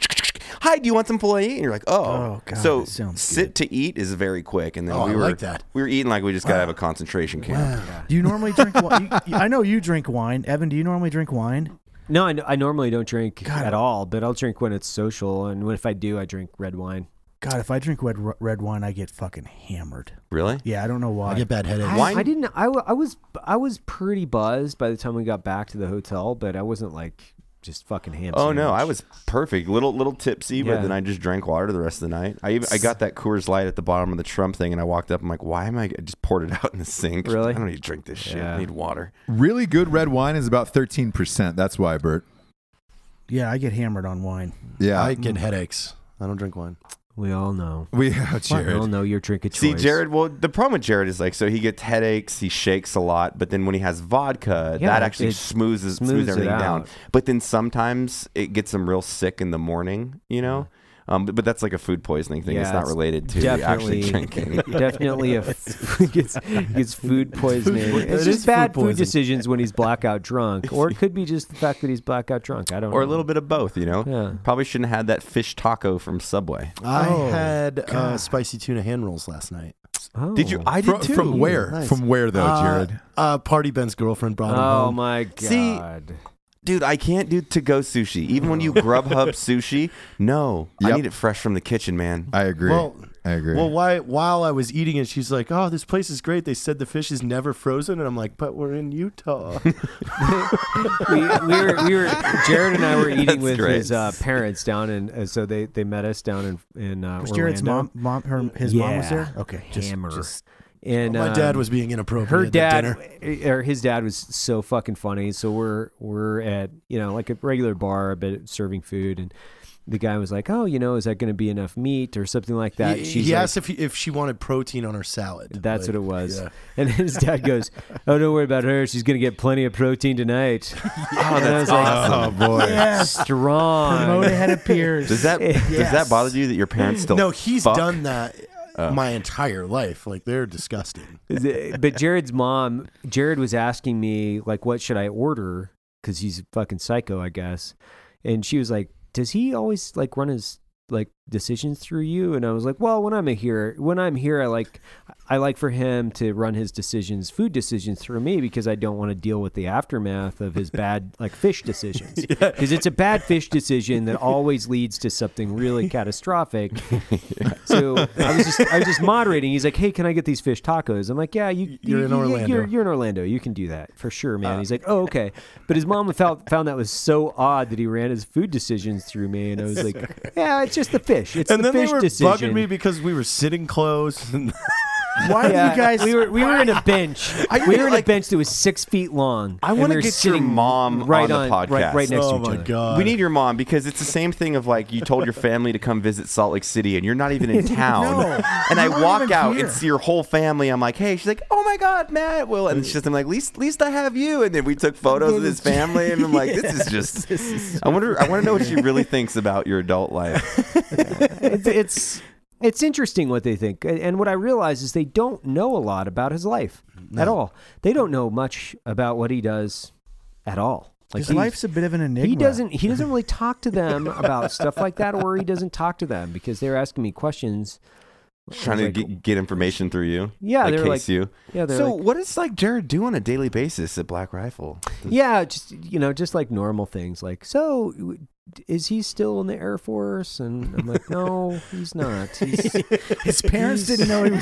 Speaker 6: Hi, do you want some filet? And you're like, oh.
Speaker 4: Oh, God,
Speaker 6: so
Speaker 4: that sounds
Speaker 6: sit to eat is very quick. And then
Speaker 2: Oh,
Speaker 6: we
Speaker 2: I
Speaker 6: were
Speaker 2: like that.
Speaker 6: we were eating like we just got out of a concentration camp.
Speaker 4: Do you normally drink wine? you, I know you drink wine. Evan, do you normally drink wine?
Speaker 7: no, I, I normally don't drink at all, but I'll drink when it's social, and when, if I do, I drink red wine.
Speaker 4: God, if I drink red red wine, I get fucking hammered.
Speaker 6: Really?
Speaker 4: Yeah, I don't know why.
Speaker 2: I get bad headaches.
Speaker 7: I,
Speaker 6: Wine-
Speaker 7: I didn't. I, wa- I was I was pretty buzzed by the time we got back to the hotel, but I wasn't like just fucking ham.
Speaker 6: Oh no,
Speaker 7: sandwich.
Speaker 6: I was perfect, little little tipsy, but
Speaker 7: Yeah.
Speaker 6: then I just drank water the rest of the night. I even I got that Coors Light at the bottom of the Trump thing, and I walked up. I'm like, why am I? I just poured it out in the sink.
Speaker 7: Really?
Speaker 6: I don't need to drink this shit.
Speaker 7: Yeah.
Speaker 6: I need water.
Speaker 5: Really good red wine is about thirteen percent. That's why, Bert.
Speaker 4: yeah, I get hammered on wine.
Speaker 5: Yeah,
Speaker 2: I get headaches. I don't drink wine.
Speaker 7: We all know.
Speaker 5: we oh,
Speaker 7: We all
Speaker 5: Jared.
Speaker 7: know your drink of choice.
Speaker 6: See, Jared. Well, the problem with Jared is like, so he gets headaches, he shakes a lot, but then when he has vodka,
Speaker 7: Yeah,
Speaker 6: that actually
Speaker 7: it
Speaker 6: smooths smooths,
Speaker 7: smooths it
Speaker 6: everything down.
Speaker 7: out.
Speaker 6: But then sometimes it gets him real sick in the morning. You know. Um, but, but that's like a food poisoning thing. it's
Speaker 7: Yeah,
Speaker 6: not
Speaker 7: it's
Speaker 6: related to actually drinking.
Speaker 7: definitely a f- gets, gets food poisoning.
Speaker 2: Food-
Speaker 7: it's
Speaker 2: it
Speaker 7: just
Speaker 2: is food
Speaker 7: bad food,
Speaker 2: poisoning.
Speaker 7: decisions when he's blackout drunk, or it could be just the fact that he's blackout drunk. I don't.
Speaker 6: or a
Speaker 7: know.
Speaker 6: little bit of both, you know.
Speaker 7: Yeah.
Speaker 6: Probably shouldn't have had that fish taco from Subway.
Speaker 2: I had uh, spicy tuna hand rolls last night.
Speaker 7: Oh.
Speaker 6: Did you? I did
Speaker 5: From,
Speaker 6: too.
Speaker 5: from where?
Speaker 2: Nice.
Speaker 5: From where though,
Speaker 2: Uh,
Speaker 5: Jared?
Speaker 2: Uh, Party Ben's girlfriend brought him
Speaker 7: Oh
Speaker 2: home.
Speaker 7: my
Speaker 6: See,
Speaker 7: god!
Speaker 6: Dude, I can't do to go sushi. Even when you Grubhub sushi, no, I
Speaker 5: Yep.
Speaker 6: need it fresh from the kitchen, man.
Speaker 5: I agree.
Speaker 2: Well,
Speaker 5: I agree.
Speaker 2: Well, why, while I was eating it, she's like, "Oh, this place is great. They said the fish is never frozen," and I'm like, "But we're in Utah."
Speaker 7: we, we were we were Jared and I were eating
Speaker 6: That's
Speaker 7: with
Speaker 6: great.
Speaker 7: his uh, parents down in uh, so they they met us down in in uh,
Speaker 4: Was
Speaker 7: Orlando.
Speaker 4: Jared's mom, mom, her, his mom was there.
Speaker 7: Yeah.
Speaker 4: Okay,
Speaker 7: Hammer.
Speaker 4: Just,
Speaker 7: and
Speaker 2: my dad
Speaker 7: um,
Speaker 2: was being inappropriate.
Speaker 7: her
Speaker 2: at
Speaker 7: dad
Speaker 2: The dinner.
Speaker 7: or his dad was so fucking funny. So we're we're at you know like a regular bar, but serving food, and the guy was like, "Oh, you know, is that going to be enough meat or something like that?"
Speaker 2: he,
Speaker 7: She's
Speaker 2: he
Speaker 7: like,
Speaker 2: asked if he, if she wanted protein on her salad.
Speaker 7: That's
Speaker 2: Like,
Speaker 7: what it was.
Speaker 2: yeah.
Speaker 7: And then his dad goes, "Oh, don't worry about her. She's going to get plenty of protein tonight." oh, that's
Speaker 5: oh boy.
Speaker 4: yes. Promote
Speaker 7: strong.
Speaker 4: ahead of peers.
Speaker 6: Does that does that
Speaker 4: Yes.
Speaker 6: bother you that your parents still?
Speaker 2: No, he's
Speaker 6: fuck?
Speaker 2: done that my entire life. Like they're disgusting.
Speaker 7: The- but Jared's mom, Jared was asking me like, "What should I order?" Because he's a fucking psycho, I guess. And she was like, "Does he always like run his like decisions through you?" And I was like, "Well, when I'm here, when I'm here, I like, I like for him to run his decisions, food decisions through me because I don't want to deal with the aftermath of his bad like fish decisions because it's a bad fish decision that always leads to something really catastrophic." So I was just I was just moderating. He's like, "Hey, can I get these fish tacos?" I'm like, "Yeah, you,
Speaker 2: You're
Speaker 7: you-
Speaker 2: in
Speaker 7: you-
Speaker 2: Orlando.
Speaker 7: You're, you're in Orlando. You can do that for sure, man." He's like, "Oh, okay." But his mom found found that was so odd that he ran his food decisions through me, and I was like, "Yeah, it's just the fish. It's
Speaker 2: and
Speaker 7: the
Speaker 2: then they
Speaker 7: fish
Speaker 2: were
Speaker 7: decision.
Speaker 2: bugging me because we were sitting close. And
Speaker 4: Why do
Speaker 7: Yeah,
Speaker 4: you guys?
Speaker 7: We were we were in a bench.
Speaker 6: I-
Speaker 7: we were in
Speaker 6: like-
Speaker 7: a bench that was six feet long.
Speaker 6: I
Speaker 7: and
Speaker 6: wanna
Speaker 7: we were
Speaker 6: get your
Speaker 7: sitting
Speaker 6: mom
Speaker 7: right
Speaker 6: on the
Speaker 7: right, right
Speaker 6: podcast.
Speaker 7: next
Speaker 2: oh
Speaker 7: to each
Speaker 2: my
Speaker 7: other.
Speaker 2: god,
Speaker 6: We need your mom because it's the same thing of like you told your family to come visit Salt Lake City and you're not even in town.
Speaker 4: No,
Speaker 6: and I
Speaker 4: you weren't
Speaker 6: walk
Speaker 4: even
Speaker 6: out
Speaker 4: here.
Speaker 6: and see your whole family. I'm like, hey, she's like, oh my god, Matt. Well, and she's just I'm like, least least I have you. And then we took photos of his family, and I'm like, this is just. I wonder. I want to know what she really thinks about your adult life.
Speaker 7: it's, it's it's interesting what they think, A- and what I realize is they don't know a lot about his life at all. They don't know much about what he does at all. Like
Speaker 4: His
Speaker 7: he-
Speaker 4: life's a bit of an enigma.
Speaker 7: He doesn't. He doesn't really talk to them about stuff like that, or he doesn't talk to them because they're asking me questions.
Speaker 6: Trying to
Speaker 7: Like-
Speaker 6: get, get information through you.
Speaker 7: Yeah,
Speaker 6: like
Speaker 7: they're
Speaker 6: case
Speaker 7: like-
Speaker 6: you.
Speaker 7: Yeah, they're
Speaker 6: So
Speaker 7: like-
Speaker 6: what does like Jared do on a daily basis at Black Rifle?
Speaker 7: Yeah, just you know, just like normal things. Like, so w- is he still in the Air Force? And I'm like, no, he's not. He's,
Speaker 4: His parents didn't know he was.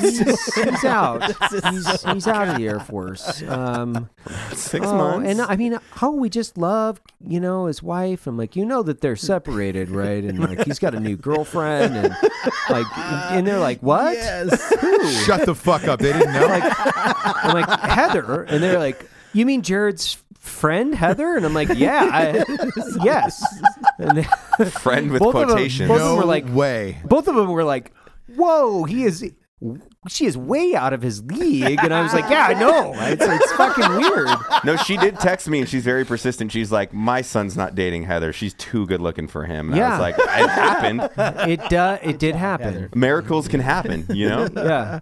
Speaker 7: he's, he's out. He's, he's out of the Air Force. Um,
Speaker 6: Six
Speaker 7: oh,
Speaker 6: months.
Speaker 7: And I mean, how we just love, you know, his wife. I'm like, you know that they're separated, right? And like, he's got a new girlfriend, and like, and they're like, what?
Speaker 4: Yes.
Speaker 5: Shut the fuck up. They didn't know.
Speaker 7: I'm like Heather, and they're like, "You mean Jared's friend Heather?" And I'm like, "Yeah, I, yes." And they-
Speaker 6: Friend with
Speaker 7: both of 'em-
Speaker 6: quotations.
Speaker 7: both of
Speaker 5: no
Speaker 7: 'em were like,
Speaker 5: way.
Speaker 7: both of them were like, "Whoa, he is." She is way out of his league, and I was like, "Yeah, I know. It's, it's fucking weird."
Speaker 6: no, she did text me, and she's very persistent. She's like, "My son's not dating Heather. She's too good looking for him." And I
Speaker 7: Yeah.
Speaker 6: was like, "It happened.
Speaker 7: It uh, it did happen.
Speaker 6: Miracles can happen. You know."
Speaker 7: Yeah,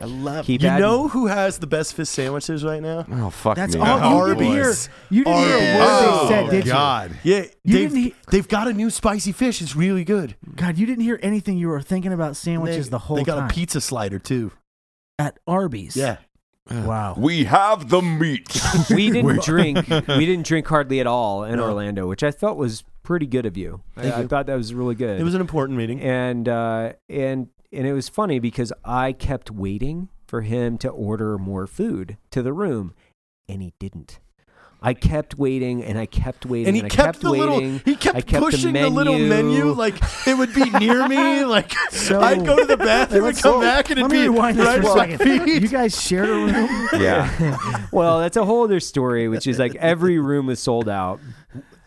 Speaker 4: I love.
Speaker 7: keep
Speaker 2: you
Speaker 7: adding-
Speaker 2: know who has the best fish sandwiches right now?
Speaker 6: Oh fuck
Speaker 4: That's
Speaker 6: me.
Speaker 4: all you didn't hear.
Speaker 2: Arby's.
Speaker 4: You didn't hear a word
Speaker 5: Oh,
Speaker 4: they said, did
Speaker 5: God.
Speaker 2: Yeah,
Speaker 4: You
Speaker 2: they've,
Speaker 4: didn't eat-
Speaker 2: they've got a new spicy fish. It's really good.
Speaker 4: you? God, you didn't hear anything. You were thinking about sandwiches
Speaker 2: They-
Speaker 4: the whole
Speaker 2: They got
Speaker 4: time.
Speaker 2: a pizza slider too.
Speaker 4: at Arby's.
Speaker 2: Yeah,
Speaker 4: Wow.
Speaker 1: We have the meat.
Speaker 7: we didn't drink. We didn't drink hardly at all in Orlando, which I thought was pretty good of you. I, I thought that was really good.
Speaker 2: it was an important meeting.
Speaker 7: and uh, and and it was funny because I kept waiting for him to order more food to the room, and he didn't. I kept waiting and I kept waiting
Speaker 2: And he
Speaker 7: I
Speaker 2: kept,
Speaker 7: kept,
Speaker 2: the
Speaker 7: waiting.
Speaker 2: little. He
Speaker 7: I
Speaker 2: kept,
Speaker 7: kept
Speaker 2: pushing the, little menu. Like it would be near me. Like
Speaker 4: So-
Speaker 2: I'd go to the bathroom and come back, and it'd
Speaker 4: Let me
Speaker 2: be
Speaker 4: rewind this
Speaker 2: right
Speaker 4: for
Speaker 2: at
Speaker 4: a
Speaker 2: my
Speaker 4: second.
Speaker 2: feet.
Speaker 4: You guys shared a room.
Speaker 6: Yeah.
Speaker 7: well, that's a whole other story, which is like every room was sold out.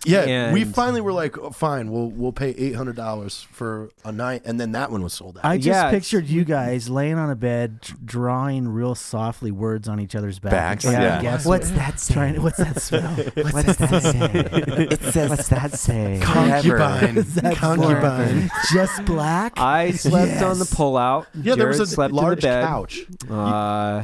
Speaker 2: Yeah, we
Speaker 7: And-
Speaker 2: finally were like, oh, fine, we'll we'll pay eight hundred dollars for a night, and then that one was sold out.
Speaker 4: I just
Speaker 7: Yeah, it's-
Speaker 4: pictured you guys laying on a bed, t- drawing real softly words on each other's backs.
Speaker 6: Backs, yeah.
Speaker 4: What's that? Trying, what's that smell? What's, that say?
Speaker 7: It says, What's that say?
Speaker 2: concubine,
Speaker 4: That's
Speaker 2: concubine.
Speaker 4: Just black.
Speaker 7: I slept on the
Speaker 4: Yes.
Speaker 7: pullout.
Speaker 2: Yeah, there was
Speaker 7: Jared
Speaker 2: a
Speaker 7: slept
Speaker 2: large
Speaker 7: in the bed.
Speaker 2: couch.
Speaker 7: Uh,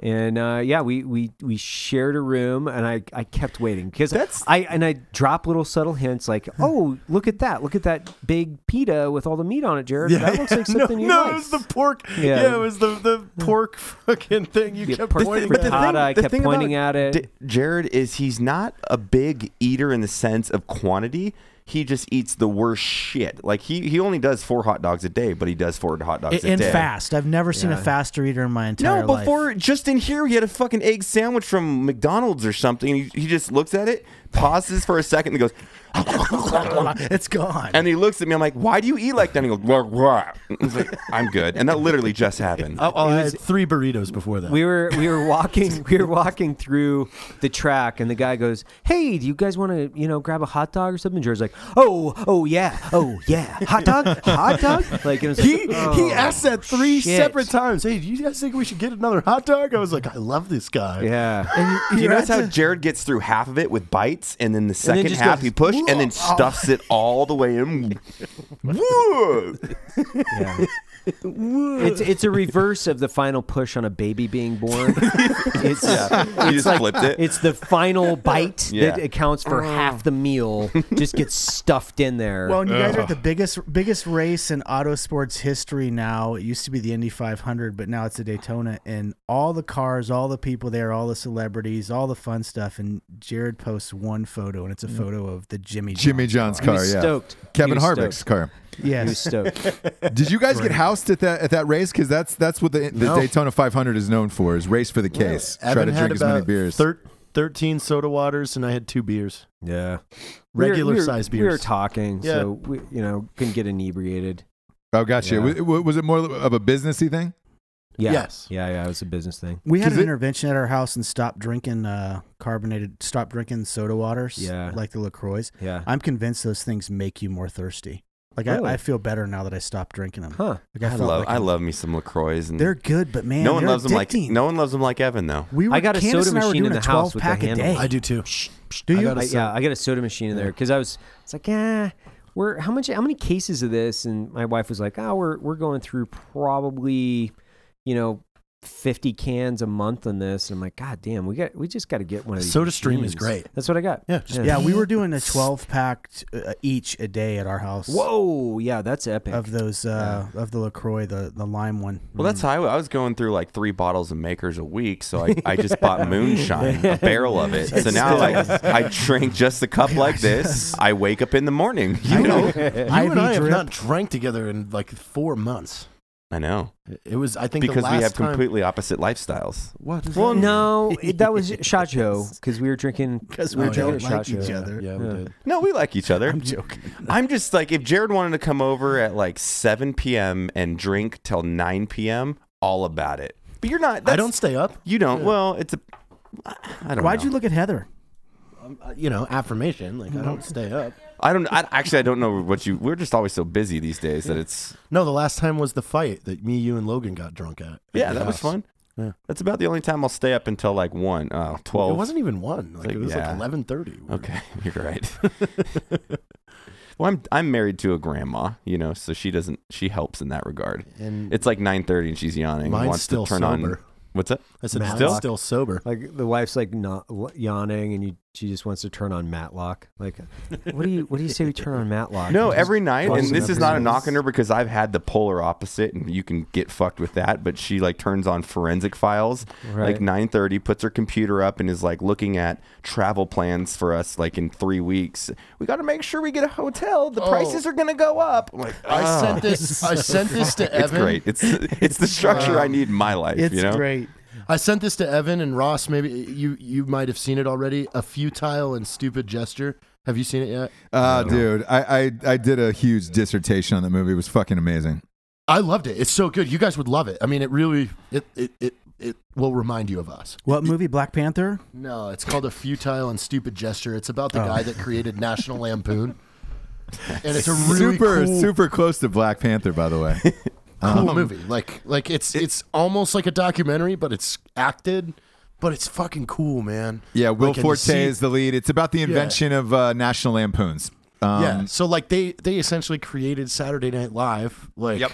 Speaker 7: and uh, yeah, we, we we shared a room, and I, I kept waiting because
Speaker 6: That's-
Speaker 7: I and I drop little subtle hints like, oh, look at that, look at that big pita with all the meat on it, Jared. that looks like something
Speaker 2: no,
Speaker 7: you
Speaker 2: no,
Speaker 7: like.
Speaker 2: it was the pork. Yeah,
Speaker 7: Yeah.
Speaker 2: it was the, the pork fucking thing. You
Speaker 7: Yeah,
Speaker 2: kept
Speaker 7: pork
Speaker 2: pointing
Speaker 7: frittata,
Speaker 2: at.
Speaker 7: I
Speaker 6: the
Speaker 7: kept
Speaker 6: thing about
Speaker 7: pointing at it.
Speaker 6: D- Jared is he's not a big eater in the sense of quantity. He just eats the worst shit. Like he he only does four hot dogs a day, but he does four hot dogs a
Speaker 4: and
Speaker 6: day.
Speaker 4: fast. I've never seen a faster eater in my entire
Speaker 6: No,
Speaker 4: life.
Speaker 6: before just in here, he had a fucking egg sandwich from McDonald's or something. He, he just looks at it, pauses for a second, and goes,
Speaker 4: it's gone.
Speaker 6: and he looks at me. I'm like, "Why do you eat like that?" And he goes, "Wah, wah." It's like, "I'm good," and that literally just happened.
Speaker 2: Oh, I had three burritos before that.
Speaker 7: we were we were walking we were walking through the track, and the guy goes, "Hey, do you guys want to you know grab a hot dog or something?" Jared's like, "Oh, oh yeah, oh yeah, hot dog, hot dog." Like and it was like,
Speaker 2: he
Speaker 7: "Oh."
Speaker 2: he asked that three
Speaker 7: shit.
Speaker 2: separate times. Hey, do you guys think we should get another hot dog? I was like, I love this guy.
Speaker 7: Yeah.
Speaker 6: Do you notice how Jared gets through half of it with bites, and then the
Speaker 7: then
Speaker 6: second
Speaker 7: just
Speaker 6: half
Speaker 7: goes,
Speaker 6: he push, and then stuffs it all the way in? Woo!
Speaker 7: Yeah. it's it's a reverse of the final push on a baby being born. It's
Speaker 6: Yeah, he just flipped it.
Speaker 7: it's the final bite
Speaker 6: Yeah.
Speaker 7: that accounts for half the meal just gets stuffed in there.
Speaker 4: Well, and you guys are at the biggest biggest race in auto sports history now. It used to be the Indy 500, but now it's the Daytona, and all the cars, all the people there, all the celebrities, all the fun stuff. And Jared posts one photo, and it's a
Speaker 6: Mm.
Speaker 4: photo of the Jimmy John
Speaker 5: Jimmy John's
Speaker 7: he
Speaker 5: car,
Speaker 7: was
Speaker 5: yeah.
Speaker 7: stoked.
Speaker 5: Kevin
Speaker 7: He was
Speaker 5: Harvick's
Speaker 7: stoked.
Speaker 5: car.
Speaker 7: He was
Speaker 4: Yes,
Speaker 7: stoked.
Speaker 5: Did you guys get housed at that at that race? Because that's that's what the, the
Speaker 2: No.
Speaker 5: Daytona 500 is known for is race for the case. Try
Speaker 2: Evan
Speaker 5: to
Speaker 2: had
Speaker 5: drink as many
Speaker 2: about
Speaker 5: beers.
Speaker 2: thir- 13 soda waters and I had two beers.
Speaker 7: Yeah.
Speaker 2: Regular
Speaker 7: we were,
Speaker 2: size
Speaker 7: We were
Speaker 2: beers.
Speaker 7: talking,
Speaker 2: Yeah.
Speaker 7: so we, you know, can get inebriated.
Speaker 5: Oh, gotcha.
Speaker 7: Yeah.
Speaker 5: Was, was it more of a businessy thing?
Speaker 7: Yeah.
Speaker 2: Yes.
Speaker 7: Yeah, yeah. It was a business thing.
Speaker 4: We had
Speaker 5: 'Cause
Speaker 4: an
Speaker 5: it-
Speaker 4: intervention at our house and stopped drinking uh, carbonated, stopped drinking soda waters,
Speaker 7: Yeah.
Speaker 4: like the Lacroix.
Speaker 7: Yeah.
Speaker 4: I'm convinced those things make you more thirsty. Like
Speaker 7: Really?
Speaker 4: I, I feel better now that I stopped drinking them.
Speaker 7: Huh.
Speaker 4: Like
Speaker 6: I
Speaker 4: felt
Speaker 6: love
Speaker 4: like
Speaker 6: I
Speaker 4: I'm-
Speaker 6: love me some Lacroix and
Speaker 4: They're good, but man,
Speaker 6: no one
Speaker 4: they're
Speaker 6: loves them like
Speaker 4: addicting.
Speaker 6: no one loves them like Evan though.
Speaker 4: We were,
Speaker 7: I got a
Speaker 4: Candace
Speaker 7: soda
Speaker 4: and I were
Speaker 7: machine
Speaker 4: doing
Speaker 7: in
Speaker 4: a
Speaker 7: the house
Speaker 4: 12
Speaker 7: with
Speaker 4: pack
Speaker 7: the
Speaker 4: a
Speaker 7: handle.
Speaker 4: day.
Speaker 2: I do too.
Speaker 4: Do
Speaker 2: I
Speaker 4: you?
Speaker 2: got a
Speaker 7: I,
Speaker 2: sec-
Speaker 7: yeah, I got a soda machine in there because I was, it's like, ah, we're how much, how many cases of this? And my wife was like, oh, we're we're going through probably, you know, fifty cans a month on this. And I'm like, god damn, we got we just got to get one of these.
Speaker 2: SodaStream is
Speaker 7: machines."
Speaker 2: great.
Speaker 7: That's what I got.
Speaker 2: Yeah, just-
Speaker 4: yeah, we were doing a 12 pack uh, each a day at our house.
Speaker 7: Whoa, yeah, that's epic.
Speaker 4: Of those, uh, of the Lacroix, the the lime one.
Speaker 6: Well, that's how I, I was going through like three bottles of Makers a week, so I, I just bought moonshine, a barrel of it. So now I, I drink just a cup like this. I wake up in the morning, you know.
Speaker 2: You
Speaker 4: Ivy
Speaker 2: and I have
Speaker 4: drip.
Speaker 2: not drank together in like four months.
Speaker 6: I know
Speaker 2: It was, I think,
Speaker 6: because
Speaker 2: the last
Speaker 6: we have
Speaker 2: time.
Speaker 6: completely opposite lifestyles.
Speaker 2: What? is
Speaker 7: well,
Speaker 2: that?
Speaker 7: no, it- that was Shot because we were drinking.
Speaker 4: Because
Speaker 7: we
Speaker 4: we
Speaker 7: were
Speaker 4: don't
Speaker 7: drinking
Speaker 4: like
Speaker 7: Shot
Speaker 4: each
Speaker 7: Show.
Speaker 4: other.
Speaker 2: Yeah, we
Speaker 7: Yeah.
Speaker 2: did.
Speaker 6: No, we like each other.
Speaker 4: I'm joking.
Speaker 6: I'm just like if Jared wanted to come over at like 7 p.m. and drink till 9 p.m., all about it. But you're not. That's,
Speaker 2: I don't stay up.
Speaker 6: You don't. Well, it's a. I don't.
Speaker 4: Why'd
Speaker 6: know.
Speaker 4: you look at Heather?
Speaker 2: Uh, You know, affirmation. Like I don't stay up.
Speaker 6: I don't. I, actually, I don't know what you. We're just always so busy these days that it's.
Speaker 2: No, the last time was the fight that me, you, and Logan got drunk at. at
Speaker 6: Yeah,
Speaker 2: your
Speaker 6: that was
Speaker 2: house.
Speaker 6: fun.
Speaker 2: Yeah.
Speaker 6: That's about the only time I'll stay up until like one, uh, twelve.
Speaker 2: It wasn't even one. Like
Speaker 6: Like,
Speaker 2: it was
Speaker 6: yeah.
Speaker 2: like eleven thirty.
Speaker 6: Okay, you're right. well, I'm I'm married to a grandma, you know, so she doesn't. She helps in that regard.
Speaker 2: And
Speaker 6: It's like 9:30 and she's yawning. and
Speaker 2: Mine's
Speaker 6: wants
Speaker 2: still
Speaker 6: to turn on.
Speaker 2: sober.
Speaker 6: What's that?
Speaker 2: I said,
Speaker 7: Matlock.
Speaker 2: still, still sober.
Speaker 7: Like the wife's like not yawning, and you, she just wants to turn on Matlock. Like, what do you what do you say we turn on Matlock?
Speaker 6: No,
Speaker 7: Just-
Speaker 6: every night, and
Speaker 7: calls
Speaker 6: this
Speaker 7: them
Speaker 6: is
Speaker 7: every
Speaker 6: not a
Speaker 7: night.
Speaker 6: knock on her because I've had the polar opposite, and you can get fucked with that. But she like turns on forensic files,
Speaker 7: Right.
Speaker 6: like nine thirty, puts her computer up, and is like looking at travel plans for us, like in three weeks. We got to make sure we get a hotel. The prices are gonna go up. I'm like,
Speaker 2: I
Speaker 6: "Ah."
Speaker 2: sent this. I sent this to Uh, Evan.
Speaker 6: It's great. It's it's the structure I need in my life. you know,
Speaker 4: great.
Speaker 2: I sent this to Evan and Ross. Maybe uh, you you might have seen it already. A futile and stupid gesture. Have you seen it yet?
Speaker 5: Uh, dude, I, I I did a huge dissertation on that movie. It was fucking amazing.
Speaker 2: I loved it. It's so good. You guys would love it. I mean, it really it it it, it will remind you of us.
Speaker 4: What movie? Black Panther.
Speaker 2: No, it's called a futile and stupid gesture. It's about the
Speaker 4: Oh.
Speaker 2: guy that created National Lampoon. And it's a really
Speaker 5: super
Speaker 2: cool,
Speaker 5: super close to Black Panther, by the way.
Speaker 2: cool movie. Like like it's it's almost like a documentary, but it's acted, but it's fucking cool, man.
Speaker 5: yeah, Will
Speaker 2: Like, and you
Speaker 5: Forte
Speaker 2: see-
Speaker 5: is the lead. It's about the invention of uh, National Lampoons. Um,
Speaker 2: yeah. So like they they essentially created Saturday Night Live. Like
Speaker 5: Yep.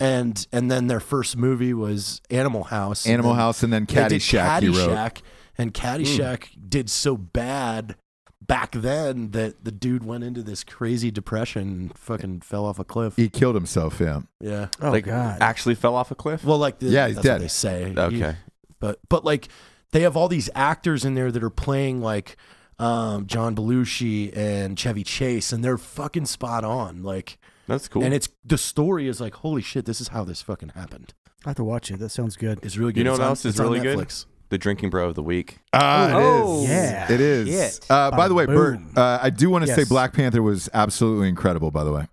Speaker 2: And and then their first movie was Animal House. and
Speaker 5: Animal
Speaker 2: then
Speaker 5: House and then
Speaker 2: they did
Speaker 5: Caddyshack. You wrote.
Speaker 2: Caddyshack, and Caddyshack
Speaker 6: Hmm.
Speaker 2: did so bad back then that the dude went into this crazy depression and fucking fell off a cliff.
Speaker 5: He killed himself. Yeah.
Speaker 2: Yeah.
Speaker 4: Oh
Speaker 6: like
Speaker 7: ah.
Speaker 4: God.
Speaker 6: actually fell off a cliff.
Speaker 2: Well, like the,
Speaker 5: Yeah, he's
Speaker 2: that's
Speaker 5: dead.
Speaker 2: what they say.
Speaker 6: Okay.
Speaker 2: but but like they have all these actors in there that are playing like um, John Belushi and Chevy Chase, and they're fucking spot on. Like,
Speaker 6: That's cool.
Speaker 2: and it's the story is like, holy shit, this is how this fucking happened.
Speaker 4: I have to watch it. That sounds good.
Speaker 2: It's really good.
Speaker 6: you know
Speaker 2: It's
Speaker 6: what
Speaker 2: on-
Speaker 6: else
Speaker 2: it's
Speaker 6: is
Speaker 2: on
Speaker 6: really good?
Speaker 2: Netflix.
Speaker 6: The drinking bro of the week.
Speaker 5: Ah,
Speaker 7: Oh,
Speaker 5: it is.
Speaker 4: yeah.
Speaker 5: It is.
Speaker 7: Shit.
Speaker 5: Uh, by the way, Bert,
Speaker 4: Ba-boom.
Speaker 5: uh, I do want to say
Speaker 4: Yes.
Speaker 5: Black Panther was absolutely incredible, by the way.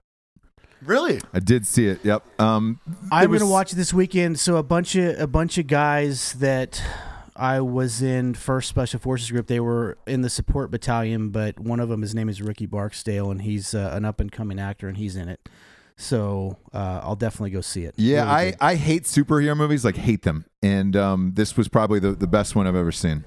Speaker 2: Really?
Speaker 5: I did see it. Yep. Um,
Speaker 4: I'm
Speaker 5: was-
Speaker 4: gonna watch it this weekend. So a bunch of a bunch of guys that I was in first special forces group. They were in the support battalion, but one of them, his name is Ricky Barksdale, and he's uh, an up and coming actor, and he's in it. So uh, I'll definitely go see it.
Speaker 5: yeah,
Speaker 4: Really
Speaker 5: I,
Speaker 4: good.
Speaker 5: I hate superhero movies, like hate them. And um, this was probably the, the best one I've ever seen.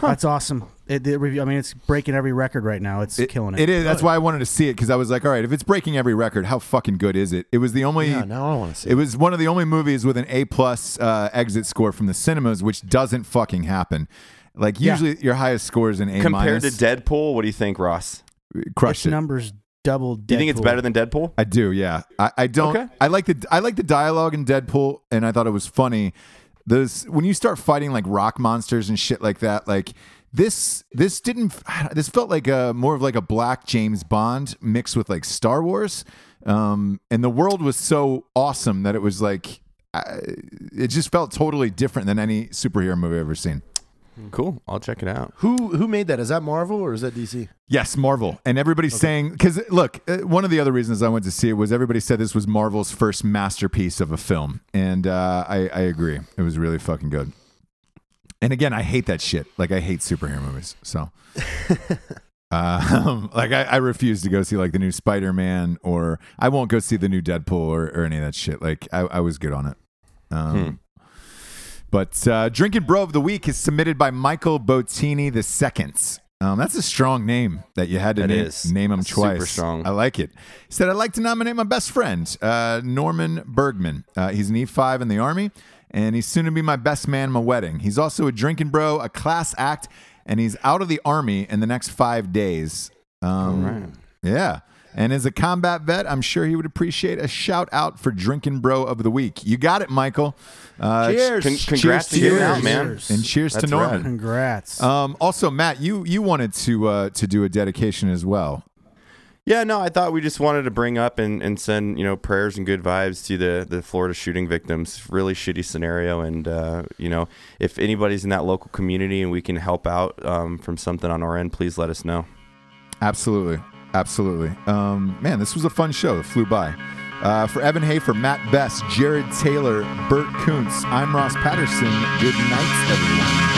Speaker 4: that's awesome. It, the review, I mean, it's breaking every record right now. It's killing it.
Speaker 5: It is. That's why I wanted to see it because I was like, all right, if it's breaking every record, how fucking good is it? It was the only.
Speaker 2: Yeah. Now I want to see.
Speaker 5: It was one of the only movies with an A plus uh, exit score from the cinemas, which doesn't fucking happen. Like
Speaker 4: Yeah.
Speaker 5: usually, your highest score is an A
Speaker 6: Compared
Speaker 5: minus.
Speaker 6: to Deadpool, what do you think, Ross?
Speaker 5: Crushed
Speaker 4: Its
Speaker 5: it.
Speaker 4: numbers doubled.
Speaker 6: Do you think it's better than Deadpool?
Speaker 5: I do, yeah. I, I don't.
Speaker 6: Okay.
Speaker 5: I like the I like the dialogue in Deadpool, and I thought it was funny. This when you start fighting like rock monsters and shit like that, like this this didn't this felt like a more of like a black James Bond mixed with like Star Wars, um, and the world was so awesome that it was like I, it just felt totally different than any superhero movie I've ever seen.
Speaker 6: Mm. Cool. I'll check it out.
Speaker 2: Who who made that? Is that Marvel or is that DC?
Speaker 5: Yes, Marvel. And everybody's saying, because look, uh, one of the other reasons I went to see it was everybody said this was Marvel's first masterpiece of a film. And uh, I, I agree. It was really fucking good. And again, I hate that shit. Like, I hate superhero movies. So, um, like, I, I refuse to go see, like, the new Spider Man or I won't go see the new Deadpool or, or any of that shit. Like, I, I was good on it. Um,
Speaker 6: Hmm.
Speaker 5: But uh, Drinking Bro of the Week is submitted by Michael Bottini the Second. Um, that's a strong name that you had to
Speaker 6: That
Speaker 5: name,
Speaker 6: is.
Speaker 5: name him
Speaker 6: That's super
Speaker 5: twice.
Speaker 6: strong.
Speaker 5: I like it. He said, I'd like to nominate my best friend, uh, Norman Bergman. Uh, he's an E5 in the Army, and he's soon to be my best man at my wedding. He's also a drinking bro, a class act, and he's out of the Army in the next five days. Um, Yeah. And as a combat vet, I'm sure he would appreciate a shout out for Drinking Bro of the Week. You got it, Michael. Uh,
Speaker 2: Cheers.
Speaker 6: Con- congrats to you,
Speaker 2: Cheers.
Speaker 6: man.
Speaker 5: and cheers to
Speaker 6: That's
Speaker 5: Norman.
Speaker 6: rad.
Speaker 4: Congrats.
Speaker 5: Um, also, Matt, you you wanted to uh, to do a dedication as well.
Speaker 6: Yeah, no, I thought we just wanted to bring up and, and send you know prayers and good vibes to the the Florida shooting victims. Really shitty scenario, and uh, you know if anybody's in that local community and we can help out um, from something on our end, please let us know.
Speaker 5: Absolutely, absolutely. Um, man, this was a fun show. It flew by. Uh, for Evan Hafer, Matt Best, Jared Taylor, Bert Kuntz, I'm Ross Patterson. Good night, everyone.